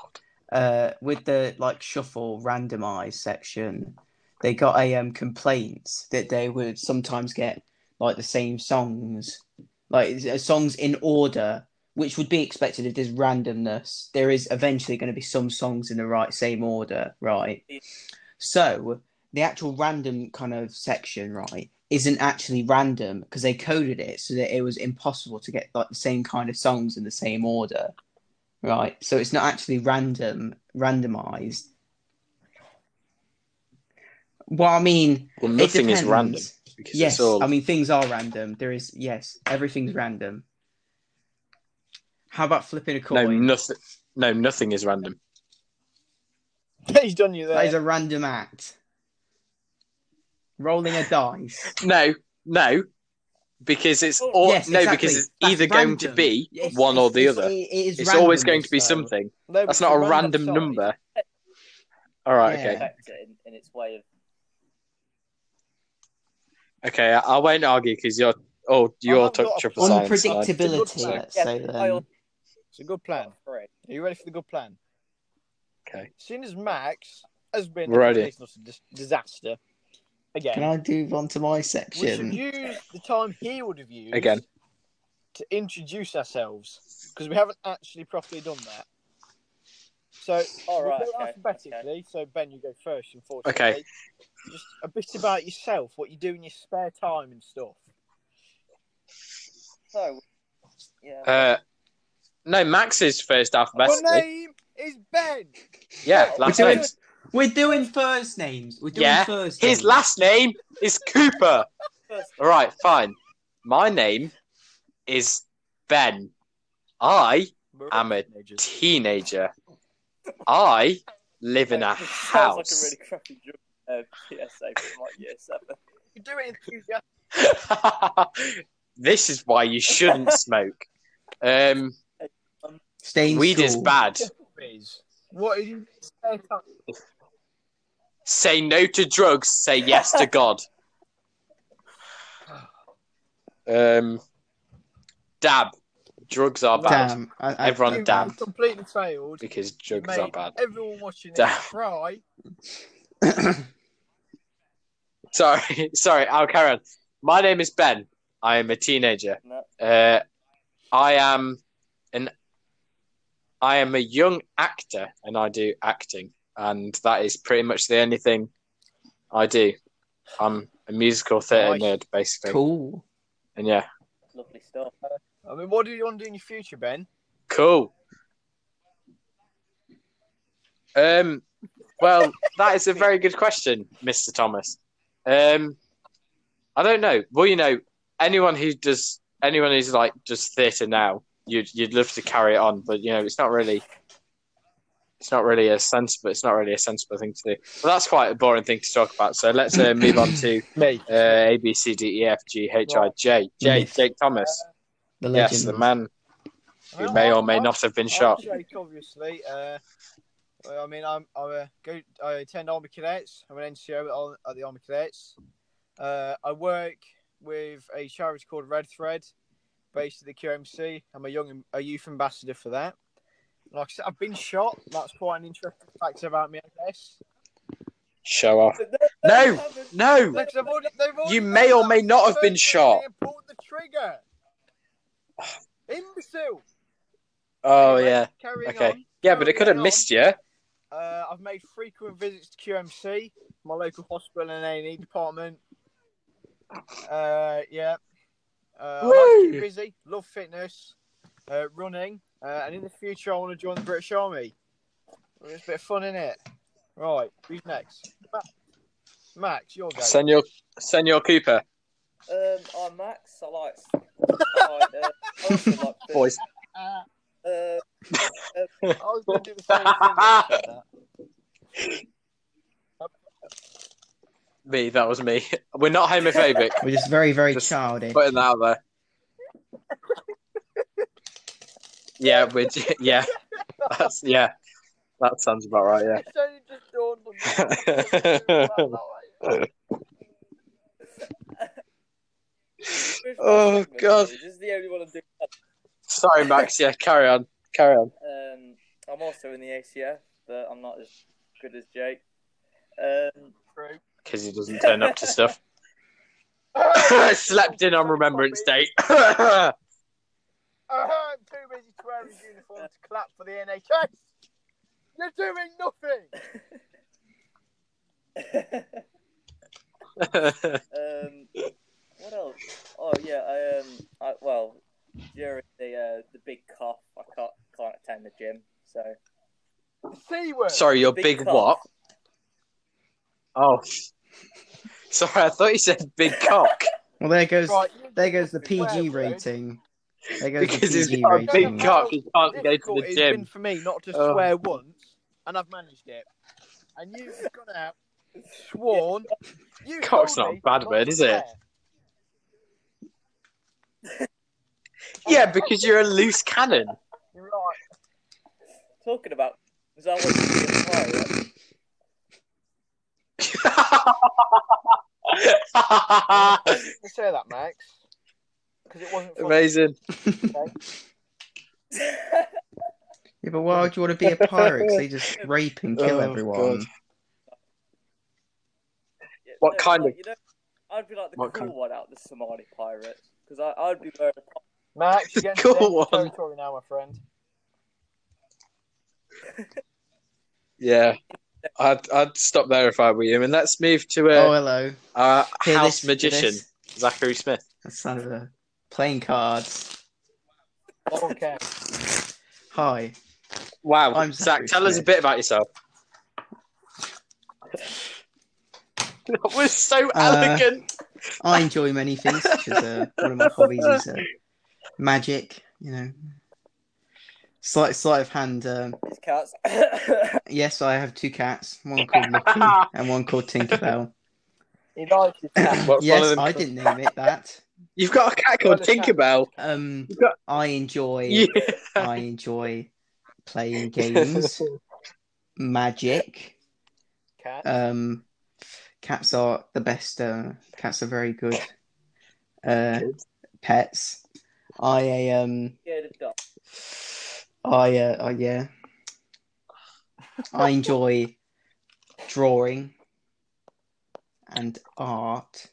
Speaker 2: uh, with the like shuffle randomize section. They got a um, complaint that they would sometimes get like the same songs, like it's, uh, songs in order, which would be expected if there's randomness. There is eventually going to be some songs in the right same order, right?
Speaker 3: Yeah.
Speaker 2: So the actual random kind of section, right, isn't actually random because they coded it so that it was impossible to get like the same kind of songs in the same order, right? So it's not actually random, randomized. Well, I mean,
Speaker 1: Well,
Speaker 2: it
Speaker 1: nothing is
Speaker 2: depends.
Speaker 1: random because
Speaker 2: Yes,
Speaker 1: it's all.
Speaker 2: I mean things are random. There is yes, everything's random. How about flipping a
Speaker 1: no,
Speaker 2: coin?
Speaker 1: nothing. No, nothing is random.
Speaker 4: he's done you there.
Speaker 2: That is a random act. Rolling a dice.
Speaker 1: No, no, because it's
Speaker 3: Oh,
Speaker 1: all
Speaker 2: yes,
Speaker 1: no,
Speaker 2: exactly.
Speaker 1: because it's
Speaker 2: That's
Speaker 1: either going
Speaker 2: random.
Speaker 1: to be
Speaker 2: Yes,
Speaker 1: one or
Speaker 2: it's-
Speaker 1: the
Speaker 2: it's-
Speaker 1: other.
Speaker 2: it- it is
Speaker 1: It's always
Speaker 2: randomness,
Speaker 1: going to be
Speaker 2: though.
Speaker 1: something.
Speaker 4: No,
Speaker 1: That's
Speaker 4: but
Speaker 1: not
Speaker 4: it's
Speaker 1: a random
Speaker 4: side.
Speaker 1: number. All right,
Speaker 2: Yeah.
Speaker 1: okay,
Speaker 3: Factor in, in its way of.
Speaker 1: okay. I, I won't argue because you're. Oh, you
Speaker 4: I
Speaker 1: all
Speaker 4: have
Speaker 1: took
Speaker 4: got a
Speaker 1: triple
Speaker 4: plan.
Speaker 1: science. and I didn't,
Speaker 2: Unpredictability,
Speaker 1: so-
Speaker 2: let's say
Speaker 3: Yeah,
Speaker 2: then.
Speaker 4: It's a good plan.
Speaker 3: Three.
Speaker 4: Are you ready for the good plan?
Speaker 1: Okay.
Speaker 4: Seeing as Max has been
Speaker 1: We're
Speaker 4: a
Speaker 1: ready.
Speaker 4: complete and utter dis- disaster again,
Speaker 2: Can I move on to my
Speaker 4: we should
Speaker 2: section?
Speaker 4: use the time he would have used
Speaker 1: Again.
Speaker 4: to introduce ourselves because we haven't actually properly done that. So,
Speaker 3: All
Speaker 4: we'll
Speaker 3: right.
Speaker 4: go
Speaker 3: Okay.
Speaker 4: alphabetically.
Speaker 3: okay.
Speaker 4: So, Ben, you go first, unfortunately.
Speaker 1: Okay.
Speaker 4: Just a bit about yourself, what you do in your spare time and stuff.
Speaker 3: So, yeah.
Speaker 1: Uh, no, Max is first alphabetically.
Speaker 4: My name is Ben.
Speaker 1: yeah, last
Speaker 2: We're
Speaker 1: name.
Speaker 2: doing- We're doing first names. We're doing
Speaker 1: Yeah,
Speaker 2: first names.
Speaker 1: His last name is
Speaker 2: [laughs]
Speaker 1: Cooper.
Speaker 3: First,
Speaker 1: All right, fine. My name is Ben. I
Speaker 3: We're
Speaker 1: I'm a
Speaker 3: teenagers.
Speaker 1: teenager. I live in a
Speaker 3: This [laughs] sounds like a
Speaker 1: house.
Speaker 3: really crappy joke. [laughs] Uh, PSA from like year seven.
Speaker 4: You do it enthusiastically.
Speaker 1: [laughs] this is why you shouldn't smoke. Um,
Speaker 2: Stay in
Speaker 1: weed is
Speaker 2: school.
Speaker 1: bad.
Speaker 4: is. What is
Speaker 1: Say no to drugs. Say yes to God. Um, dab. Drugs are bad
Speaker 2: Damn, I, I,
Speaker 1: Everyone
Speaker 2: I-
Speaker 1: dabbed.
Speaker 4: completely failed.
Speaker 1: because
Speaker 4: You
Speaker 1: drugs are
Speaker 4: made
Speaker 1: bad.
Speaker 4: everyone watching it
Speaker 1: Damn.
Speaker 4: cry.
Speaker 1: Sorry, [laughs] sorry. I'll carry on. My name is Ben. I am a teenager.
Speaker 3: No.
Speaker 1: Uh, I am an. I am a young actor, and I do acting, and that is pretty much the only thing I do. I'm a musical theatre
Speaker 4: Nice.
Speaker 1: nerd, basically,
Speaker 2: Cool.
Speaker 1: and yeah,
Speaker 3: Lovely stuff.
Speaker 4: I mean, what do you want to do in your future, Ben?
Speaker 1: cool. Um, well, that is a very good question, Mister Thomas. Um, I don't know. Well, you know, anyone who does anyone who's like does theatre now, you'd you'd love to carry it on, but you know, it's not really. It's not really a sensible. It's not really a sensible thing to do. Well, that's quite a boring thing to talk about. So let's uh, move on to
Speaker 4: Me.
Speaker 1: uh, A B C D E F G H I J J
Speaker 2: Myth.
Speaker 1: Jake Thomas.
Speaker 2: The legend.
Speaker 1: Yes, the man who may or may not have been shot.
Speaker 4: Jake, obviously. Uh, well, I mean, I'm, I'm a go, I attend Army Cadets. I'm an NCO at, Ar- at the Army Cadets. Uh, I work with a charity called Red Thread, based at the QMC. I'm a young a youth ambassador for that. Like I said, I've been shot. That's quite an interesting fact about me, I guess.
Speaker 1: Show off.
Speaker 3: But
Speaker 1: No!
Speaker 3: haven't-
Speaker 1: No,
Speaker 4: Like, 'cause I've already- they've already
Speaker 1: You may or may not have been
Speaker 4: They
Speaker 1: shot.
Speaker 4: pulled the trigger. [sighs] Imbecile.
Speaker 1: Oh
Speaker 4: Anyway,
Speaker 1: yeah.
Speaker 4: Carrying
Speaker 1: Okay.
Speaker 4: on.
Speaker 1: Yeah, but it could have
Speaker 4: Carrying on.
Speaker 1: missed you.
Speaker 4: Uh, I've made frequent visits to QMC, my local hospital and A&E department. Uh, yeah. Uh, I like to
Speaker 1: Woo!
Speaker 4: keep busy, love fitness, uh, running, uh, and in the future I want to join the British Army. It's a bit of fun, is it? Right, who's next? Ma- Max, your go.
Speaker 1: Senor Senor Cooper.
Speaker 3: Um, I'm Max. I like. I like. Uh, I
Speaker 1: [laughs]
Speaker 3: also like to-
Speaker 1: Boys.
Speaker 4: Uh,
Speaker 3: Uh,
Speaker 4: I was going to do the same thing. when you said that.
Speaker 1: [laughs] Me, that was me. We're not homophobic. [laughs]
Speaker 2: We're just very, very
Speaker 1: Just-
Speaker 2: childish.
Speaker 1: Putting that out
Speaker 4: [laughs]
Speaker 1: there. Yeah, which yeah. That's yeah. That sounds about right,
Speaker 4: It's only just dawned
Speaker 3: [laughs]
Speaker 4: on me.
Speaker 1: yeah. [laughs] Oh, God.
Speaker 3: This is the only one I'm doing.
Speaker 1: Sorry, Max, yeah, carry on. Carry on.
Speaker 3: Um, I'm also in the ACF, but I'm not as good as Jake. Um, [laughs]
Speaker 4: True.
Speaker 1: Because he doesn't turn up to
Speaker 4: [laughs]
Speaker 1: stuff. [laughs] Slept in on Remembrance
Speaker 4: [laughs]
Speaker 1: Day.
Speaker 4: Uh-huh, I'm too busy to wear his uniform to clap for the NHS. You're doing nothing.
Speaker 3: um, what else? Oh yeah, I um, I, well, during the uh, the big cough, I can't can't attend the gym. So
Speaker 4: The C word.
Speaker 1: Sorry, your big, what?
Speaker 3: cough.
Speaker 1: Oh. [laughs] Sorry, I thought you said big cock.
Speaker 2: Well, there goes
Speaker 4: Right, you-
Speaker 2: there goes the PG
Speaker 4: Swear word.
Speaker 2: rating. There goes
Speaker 1: because
Speaker 2: the
Speaker 1: he's
Speaker 2: PG
Speaker 1: got a
Speaker 2: rating.
Speaker 1: big cock, he can't go to
Speaker 4: Difficult
Speaker 1: the
Speaker 4: it's been
Speaker 1: gym.
Speaker 4: for me not to
Speaker 1: Oh.
Speaker 4: swear once, and I've managed it. And you've gone out,
Speaker 1: [laughs]
Speaker 4: sworn. You
Speaker 1: Cock's
Speaker 4: told
Speaker 1: not a
Speaker 4: me
Speaker 1: bad
Speaker 4: not
Speaker 1: word,
Speaker 4: to
Speaker 1: is it?
Speaker 4: swear.
Speaker 1: Yeah, because you're a loose
Speaker 4: [laughs]
Speaker 1: cannon.
Speaker 4: You're right.
Speaker 1: [laughs]
Speaker 3: Talking about is that what you did tomorrow? [laughs]
Speaker 1: Ah.
Speaker 4: I didn't say that, Max, because it wasn't. funny.
Speaker 1: Amazing.
Speaker 2: Yeah, but why would you want to be a pirate? 'Cause they just rape and kill
Speaker 1: [laughs] Oh,
Speaker 2: everyone.
Speaker 1: God.
Speaker 3: Yeah,
Speaker 1: What kind
Speaker 3: like,
Speaker 1: of-
Speaker 3: You know, I'd be like the
Speaker 1: What
Speaker 3: cool
Speaker 1: kind-
Speaker 3: one out of the Somali pirates because I I'd be wearing.
Speaker 1: [laughs]
Speaker 3: A...
Speaker 4: Max, you're getting
Speaker 1: Go
Speaker 4: to the end of
Speaker 1: on.
Speaker 4: territory now, my friend.
Speaker 1: Yeah. I'd, I'd stop there if I were you. And let's move to
Speaker 2: Oh,
Speaker 1: uh,
Speaker 2: hello.
Speaker 1: our
Speaker 2: Hear
Speaker 1: house
Speaker 2: this-
Speaker 1: magician,
Speaker 2: this?
Speaker 1: Zachary Smith.
Speaker 2: That sounded a playing cards.
Speaker 4: Okay.
Speaker 2: Hi.
Speaker 1: Wow.
Speaker 2: I'm
Speaker 1: Zach,
Speaker 2: Zachary
Speaker 1: tell us a
Speaker 2: Smith.
Speaker 1: bit about yourself. [laughs] that was
Speaker 2: Uh,
Speaker 1: so elegant.
Speaker 2: I enjoy many things, such as uh, one of my hobbies is uh, magic, you know, Slight sleight of hand. Um,
Speaker 3: These cats.
Speaker 2: yes, I have two cats. One
Speaker 1: [laughs]
Speaker 2: called Lucky and one called Tinkerbell.
Speaker 3: he likes his cat.
Speaker 1: What's one of
Speaker 2: yes,
Speaker 1: them
Speaker 2: I
Speaker 1: called?
Speaker 2: didn't name it that.
Speaker 1: You've got a cat called
Speaker 4: You've got a cat.
Speaker 1: Tinkerbell.
Speaker 2: Um,
Speaker 1: You've got- [laughs]
Speaker 2: I enjoy. I enjoy playing games, magic.
Speaker 4: Cat.
Speaker 2: Um, cats are the best. Uh, cats are very good uh, pets. I uh, um,
Speaker 3: [laughs] Scared of dogs.
Speaker 2: I uh, I yeah. I enjoy drawing and art.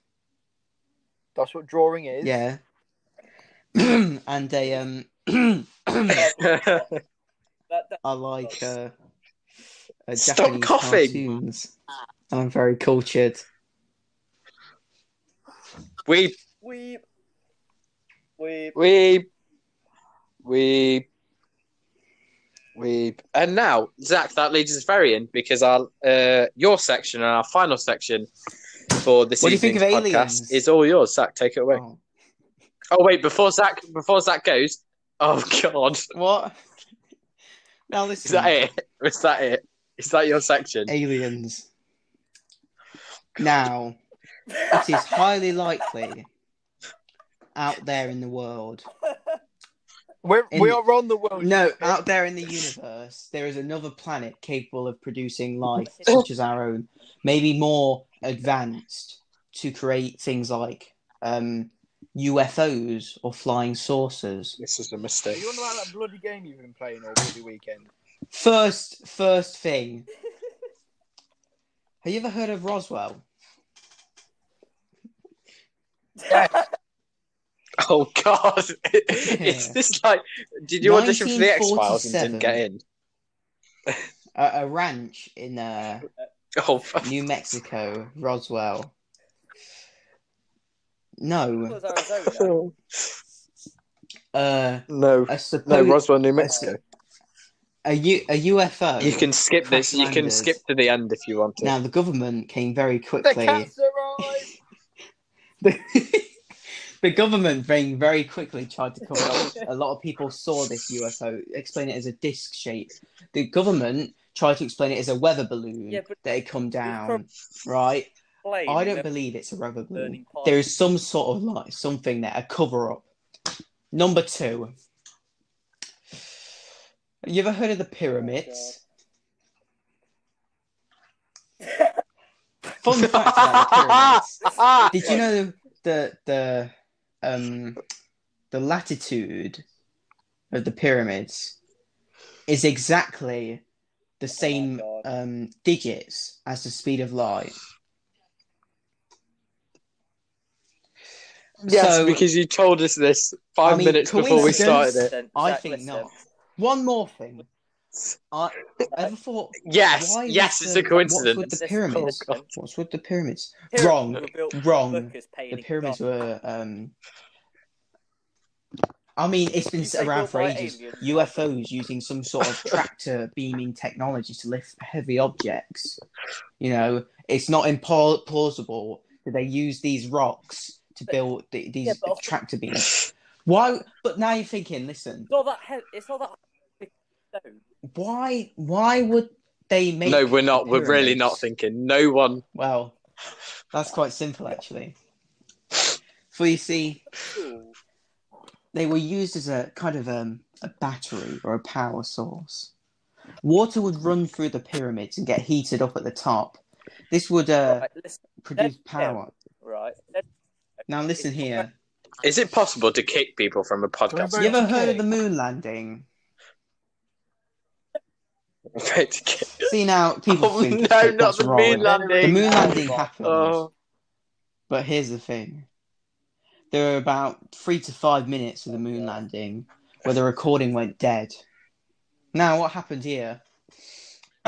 Speaker 4: That's what drawing is.
Speaker 2: Yeah. [clears throat] and a um [clears throat]
Speaker 1: Yeah. [laughs]
Speaker 3: That, that,
Speaker 2: I like uh, uh
Speaker 1: Stop
Speaker 2: Japanese
Speaker 1: coughing.
Speaker 2: cartoons. And I'm very cultured.
Speaker 1: we
Speaker 3: weep. Weep. [laughs]
Speaker 1: we we we and now Zach, that leads us very in because our uh, your section and our final section for this
Speaker 2: What do you
Speaker 1: evening's
Speaker 2: think of
Speaker 1: podcast
Speaker 2: aliens?
Speaker 1: is all yours. Zach, take it away.
Speaker 2: Oh.
Speaker 1: Oh wait, before Zach before Zach goes. Oh God,
Speaker 2: What? [laughs] now
Speaker 1: is
Speaker 2: listen,
Speaker 1: that it? Is that it? Is that your section?
Speaker 2: aliens. Now, it is highly likely out there in the world
Speaker 4: We're,
Speaker 2: In-
Speaker 4: we are on the world.
Speaker 2: No, uh, out there in the universe, there is another planet capable of producing life such as our own, maybe more advanced to create things like um, UFOs or flying saucers.
Speaker 1: This is a
Speaker 4: Are
Speaker 1: mistake.
Speaker 4: you on about that bloody game you've been playing all
Speaker 2: [laughs]
Speaker 4: bloody weekend?
Speaker 2: First, first thing. Have you ever heard of Roswell?
Speaker 1: Oh God, [laughs] is
Speaker 2: Yeah.
Speaker 1: this like? Did you audition for the X Files and
Speaker 2: 1947.
Speaker 1: didn't get in?
Speaker 2: A, a ranch in uh,
Speaker 1: [laughs] Oh, fuck.
Speaker 2: New Mexico, Roswell. No,
Speaker 3: was Arizona.
Speaker 2: uh,
Speaker 1: no,
Speaker 2: a supposed
Speaker 1: no, Roswell, New
Speaker 2: Mexico.
Speaker 1: Mexico.
Speaker 2: a, U- a UFO.
Speaker 1: You can skip this. You can
Speaker 2: Crash
Speaker 1: skip to the end if you want to.
Speaker 2: Now the government came very
Speaker 4: The
Speaker 2: quickly.
Speaker 4: cats arrived.
Speaker 2: The, [laughs] the government came very quickly tried to cover it up. A lot of people saw this UFO, explain it as a disc shape. The government tried to explain it as a weather balloon
Speaker 3: Yeah, but-
Speaker 2: that had come down. Right?
Speaker 3: Plane
Speaker 2: I
Speaker 3: with
Speaker 2: don't
Speaker 3: a
Speaker 2: believe it's a rubber balloon.
Speaker 3: burning pile.
Speaker 2: There is some sort of like something there, a cover up. Number two. You ever heard of the pyramids? Fun fact about the pyramids.
Speaker 1: [laughs] Ah,
Speaker 2: Did you know the the um the latitude of the pyramids is exactly the same
Speaker 3: God.
Speaker 2: um digits as the speed of light?
Speaker 1: yes,
Speaker 2: So-
Speaker 1: because you told us this five
Speaker 2: I mean,
Speaker 1: minutes before we
Speaker 2: coincidence?
Speaker 1: started it.
Speaker 2: I think not. One more thing. I ever thought
Speaker 1: Yes,
Speaker 2: why was
Speaker 1: yes, it's
Speaker 2: the-
Speaker 1: a coincidence.
Speaker 2: What's with the
Speaker 3: This-
Speaker 2: pyramids?
Speaker 1: Oh, God.
Speaker 2: what's with the pyramids? Wrong. Wrong. The pyramids were.
Speaker 3: were.
Speaker 2: Um, I mean, it's been
Speaker 3: You say
Speaker 2: around
Speaker 3: built
Speaker 2: for
Speaker 3: by
Speaker 2: ages.
Speaker 3: aliens.
Speaker 2: UFOs using some sort of tractor beaming technology to lift heavy objects. You know, it's not implausible plausible that they use these rocks to build th- these
Speaker 3: Yeah, but also-
Speaker 2: tractor beams. Why? But now you're thinking, listen,
Speaker 3: It's not that. He- it's not that. No.
Speaker 2: why? Why would they make?
Speaker 1: No, we're not.
Speaker 2: the
Speaker 1: We're really
Speaker 2: pyramids?
Speaker 1: not thinking. No one.
Speaker 2: Well, that's quite simple actually. For you see,
Speaker 3: Cool.
Speaker 2: they were used as a kind of um, a battery or a power source. Water would run through the pyramids and get heated up at the top. This would uh,
Speaker 3: Right, listen,
Speaker 2: produce
Speaker 3: Yeah.
Speaker 2: power.
Speaker 3: right. Let's-
Speaker 2: Now listen here.
Speaker 1: Is it possible to kick people from a podcast? [laughs]
Speaker 4: Remember-
Speaker 2: You ever heard of the moon landing?
Speaker 1: To kick- [laughs]
Speaker 2: See now, people
Speaker 1: Oh,
Speaker 2: think
Speaker 1: no,
Speaker 2: that
Speaker 1: not
Speaker 2: that's
Speaker 1: the
Speaker 2: wrong.
Speaker 1: moon landing.
Speaker 2: The moon landing happened,
Speaker 1: oh,
Speaker 2: but here's the thing: there were about three to five minutes of the moon landing where the recording went dead. Now, what happened here? [clears throat]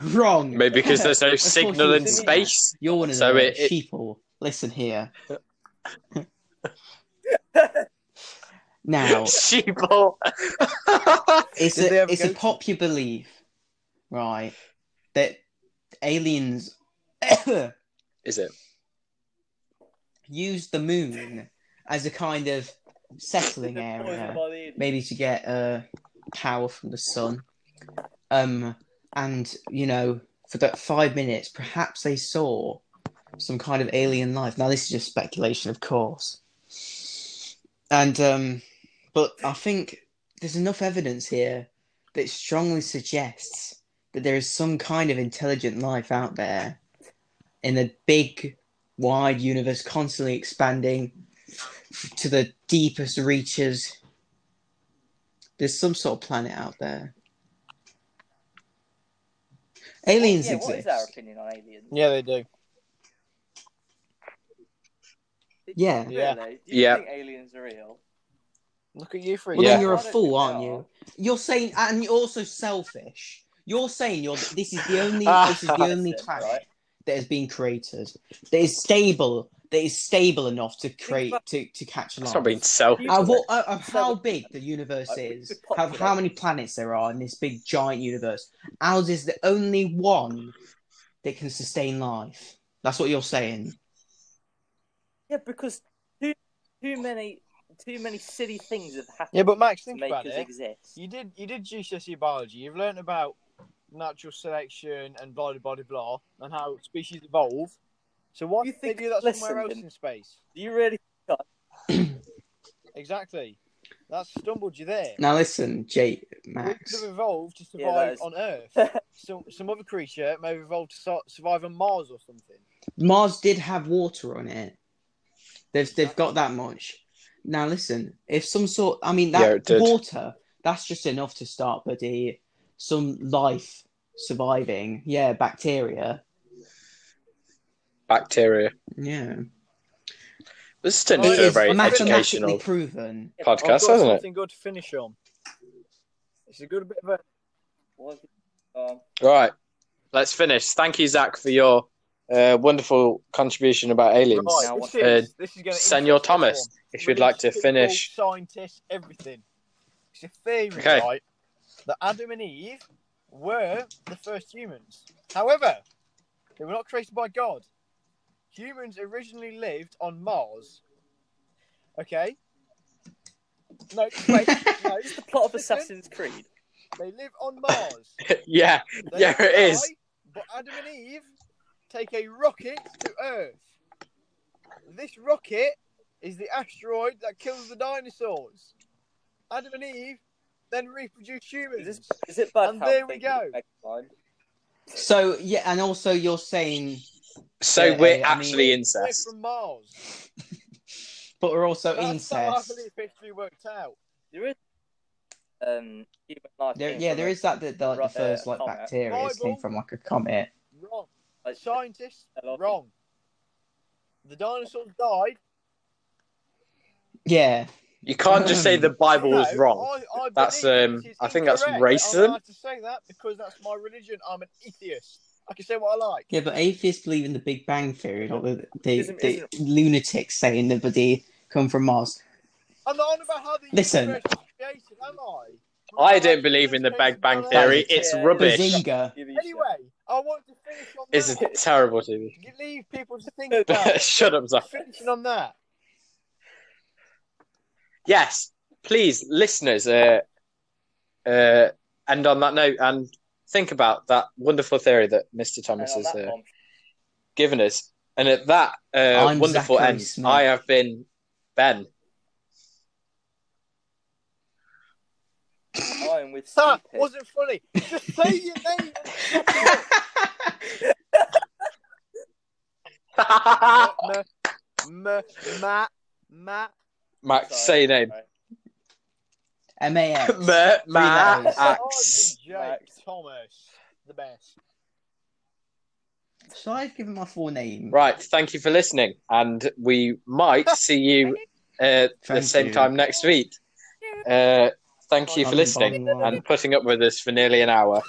Speaker 2: Wrong.
Speaker 1: maybe because
Speaker 2: [laughs]
Speaker 1: there's no
Speaker 2: course
Speaker 1: signal
Speaker 2: you
Speaker 1: in
Speaker 2: didn't.
Speaker 1: space.
Speaker 2: You're one of
Speaker 1: So
Speaker 2: the
Speaker 1: it- it-
Speaker 2: sheeple. Listen
Speaker 4: [laughs]
Speaker 2: here.
Speaker 1: [laughs]
Speaker 2: now,
Speaker 1: Sheeple.
Speaker 2: it's
Speaker 4: Did they
Speaker 2: a
Speaker 4: ever
Speaker 2: it's
Speaker 4: go
Speaker 2: a
Speaker 4: to-
Speaker 2: popular belief, right, that
Speaker 4: [coughs]
Speaker 2: aliens [coughs]
Speaker 1: Is it?
Speaker 2: use the moon as a kind of
Speaker 3: [laughs]
Speaker 2: settling area. Maybe to get uh, power from the sun. Um, and you know, for that five minutes, perhaps they saw some kind of alien life. Now, this is just speculation, of course. And um, but I think there's enough evidence here that strongly suggests that there is some kind of intelligent life out there in the big, wide universe, constantly expanding to the deepest reaches. There's some sort of planet out there. Aliens
Speaker 3: Oh, yeah, What is
Speaker 2: exist.
Speaker 3: our opinion on aliens?
Speaker 4: [laughs] Yeah, they do.
Speaker 2: Yeah.
Speaker 3: Really?
Speaker 4: Yeah.
Speaker 3: Do you
Speaker 1: Yeah.
Speaker 3: think aliens are real?
Speaker 4: Look at you for
Speaker 2: Well,
Speaker 1: Yeah.
Speaker 2: then you're a
Speaker 3: I don't
Speaker 2: fool,
Speaker 3: think
Speaker 2: aren't
Speaker 3: they
Speaker 2: you?
Speaker 3: are.
Speaker 2: You're saying, and you're also selfish. You're saying you're. This
Speaker 3: [laughs]
Speaker 2: is the only. this is the only
Speaker 3: Listen,
Speaker 2: planet
Speaker 3: Ah, right?
Speaker 2: that has been created that is stable. That is stable enough to create
Speaker 3: about-
Speaker 2: to, to catch life.
Speaker 1: That's not being
Speaker 4: Oh.
Speaker 1: selfish.
Speaker 2: Uh,
Speaker 1: is
Speaker 2: what,
Speaker 1: it?
Speaker 2: uh, of
Speaker 3: So-
Speaker 2: how big the universe
Speaker 3: Like, we
Speaker 2: is,
Speaker 3: could
Speaker 2: how, how
Speaker 3: populate-
Speaker 2: many planets there are in this big giant universe. Ours is the only one that can sustain life. That's what you're saying.
Speaker 3: Yeah, because too too many too many silly things have happened.
Speaker 4: Yeah, but Max,
Speaker 3: to
Speaker 4: think
Speaker 3: make
Speaker 4: about
Speaker 3: us
Speaker 4: it.
Speaker 3: exist.
Speaker 4: You did you did GCSE E biology. You've learned about natural selection and blah blah blah blah, and how species evolve. So why
Speaker 3: You
Speaker 4: you think
Speaker 3: think-
Speaker 4: they do that
Speaker 3: listen,
Speaker 4: somewhere else
Speaker 3: then.
Speaker 4: in space?
Speaker 3: Do you really?
Speaker 4: Exactly. That's stumbled you there.
Speaker 2: Now listen, Jake,
Speaker 4: We
Speaker 2: Max.
Speaker 4: could have evolved to
Speaker 3: Yeah, that
Speaker 4: survive
Speaker 3: is-
Speaker 4: on [laughs] Earth. some some other creature may have evolved to so- survive on Mars or something.
Speaker 2: Mars did have water on it. They've they've
Speaker 4: Exactly.
Speaker 2: got that much. Now listen, if some sort, I mean
Speaker 1: Yeah, it
Speaker 2: that
Speaker 1: did.
Speaker 2: water, that's just enough to start bloody some life surviving. Yeah, bacteria.
Speaker 1: Bacteria.
Speaker 2: Yeah,
Speaker 1: This turned
Speaker 4: Oh,
Speaker 2: it
Speaker 1: into a
Speaker 2: is
Speaker 4: it's
Speaker 1: very
Speaker 2: mathematically
Speaker 1: educational
Speaker 2: proven.
Speaker 3: Yeah,
Speaker 1: podcast,
Speaker 4: I've got
Speaker 1: hasn't it?
Speaker 4: something good to finish on. It's a good bit of a
Speaker 3: Was it, um,
Speaker 1: All right, let's finish. Thank you, Zach, for your uh, wonderful contribution about aliens.
Speaker 4: Right,
Speaker 3: Now
Speaker 4: this
Speaker 3: what-
Speaker 4: is, this is gonna
Speaker 1: Uh, Senor
Speaker 4: interest everyone.
Speaker 1: Thomas, if you'd like to
Speaker 4: Religious
Speaker 1: finish, [laughs]
Speaker 4: people, scientists, everything. It's a theory,
Speaker 1: Okay.
Speaker 4: right, that Adam and Eve were the first humans. However, they were not created by God. Humans originally lived on Mars. Okay. No,
Speaker 3: [laughs]
Speaker 4: wait, no.
Speaker 3: It's the plot of
Speaker 4: Listen,
Speaker 3: Assassin's Creed.
Speaker 4: They live on Mars.
Speaker 1: yeah,
Speaker 4: They
Speaker 1: Yeah, it
Speaker 4: die,
Speaker 1: is.
Speaker 4: But Adam and Eve take a rocket to Earth. This rocket is the asteroid that kills the dinosaurs. Adam and Eve then reproduce humans.
Speaker 3: Is, this, is it bad?
Speaker 4: And
Speaker 3: how
Speaker 4: there we
Speaker 3: big the
Speaker 4: go.
Speaker 3: egg line?
Speaker 2: So yeah, and also you're saying,
Speaker 1: so
Speaker 2: Yeah,
Speaker 1: we're
Speaker 2: yeah, I mean-
Speaker 1: actually
Speaker 4: We're
Speaker 1: incest.
Speaker 4: from Mars.
Speaker 2: but we're also
Speaker 4: That's how I
Speaker 2: incest.
Speaker 4: believe history worked out.
Speaker 3: There is um human life.
Speaker 2: There,
Speaker 3: came
Speaker 2: yeah,
Speaker 3: from
Speaker 2: there
Speaker 3: a-
Speaker 2: is that that the, like, the
Speaker 3: Right, uh,
Speaker 2: first like
Speaker 3: comet.
Speaker 2: bacteria came
Speaker 4: Bible.
Speaker 2: from like a comet.
Speaker 4: Wrong.
Speaker 3: like,
Speaker 4: Scientists,
Speaker 3: a lot of-
Speaker 4: wrong. The dinosaurs died.
Speaker 2: Yeah,
Speaker 1: You can't just say the Bible
Speaker 4: No,
Speaker 2: [laughs]
Speaker 1: was wrong.
Speaker 4: I, I
Speaker 1: That's,
Speaker 4: believe
Speaker 1: um,
Speaker 4: this is
Speaker 1: I think that's
Speaker 4: incorrect.
Speaker 1: racism.
Speaker 4: I'm allowed to say that because that's my religion. I'm an atheist. I can say what I like.
Speaker 2: yeah, but atheists believe in the Big Bang theory, not the the,
Speaker 3: Isn't-
Speaker 2: the lunatics saying that they come from Mars.
Speaker 4: I'm not on about how the
Speaker 2: Listen.
Speaker 4: universe was created, am I?
Speaker 1: I don't believe in the
Speaker 4: Created
Speaker 1: Big Bang
Speaker 4: by
Speaker 1: Theory.
Speaker 2: Right.
Speaker 1: It's
Speaker 3: Yeah.
Speaker 1: rubbish.
Speaker 2: Bazinga.
Speaker 3: Give you shit.
Speaker 4: Anyway, I want to finish on
Speaker 1: It's
Speaker 4: that.
Speaker 1: a terrible [laughs] TV.
Speaker 4: You Leave people to think
Speaker 1: [laughs]
Speaker 4: about it.
Speaker 1: Shut up, Zach.
Speaker 4: Finishing on that.
Speaker 1: Yes, please, listeners, uh, uh, and on that note, and think about that wonderful theory that Mr.
Speaker 3: And
Speaker 1: Thomas
Speaker 3: on
Speaker 1: has
Speaker 3: that
Speaker 1: uh,
Speaker 3: bomb-
Speaker 1: given us. And at that uh,
Speaker 2: I'm
Speaker 1: wonderful
Speaker 2: Zachary
Speaker 1: end,
Speaker 2: Smith.
Speaker 1: I have been Ben.
Speaker 3: I'm with
Speaker 4: Ha!
Speaker 3: Steve Pitt.
Speaker 4: Wasn't funny. Just say your
Speaker 1: [laughs]
Speaker 4: name. and shut up. M- m- m- Matt. Matt.
Speaker 1: Max,
Speaker 3: Sorry.
Speaker 1: say your name.
Speaker 3: Sorry.
Speaker 2: M
Speaker 1: [laughs]
Speaker 2: A X.
Speaker 1: Ma-
Speaker 2: letters.
Speaker 1: Max.
Speaker 4: I've been Jake
Speaker 3: Max.
Speaker 4: Thomas. The best.
Speaker 2: Should I give him my full name?
Speaker 1: Right, thank you for listening. And we might see you uh, at the
Speaker 2: Thank
Speaker 1: same
Speaker 2: you.
Speaker 1: time next week. Uh, thank you for
Speaker 2: I'm
Speaker 1: listening
Speaker 2: buying one.
Speaker 1: and putting up with us for nearly an hour.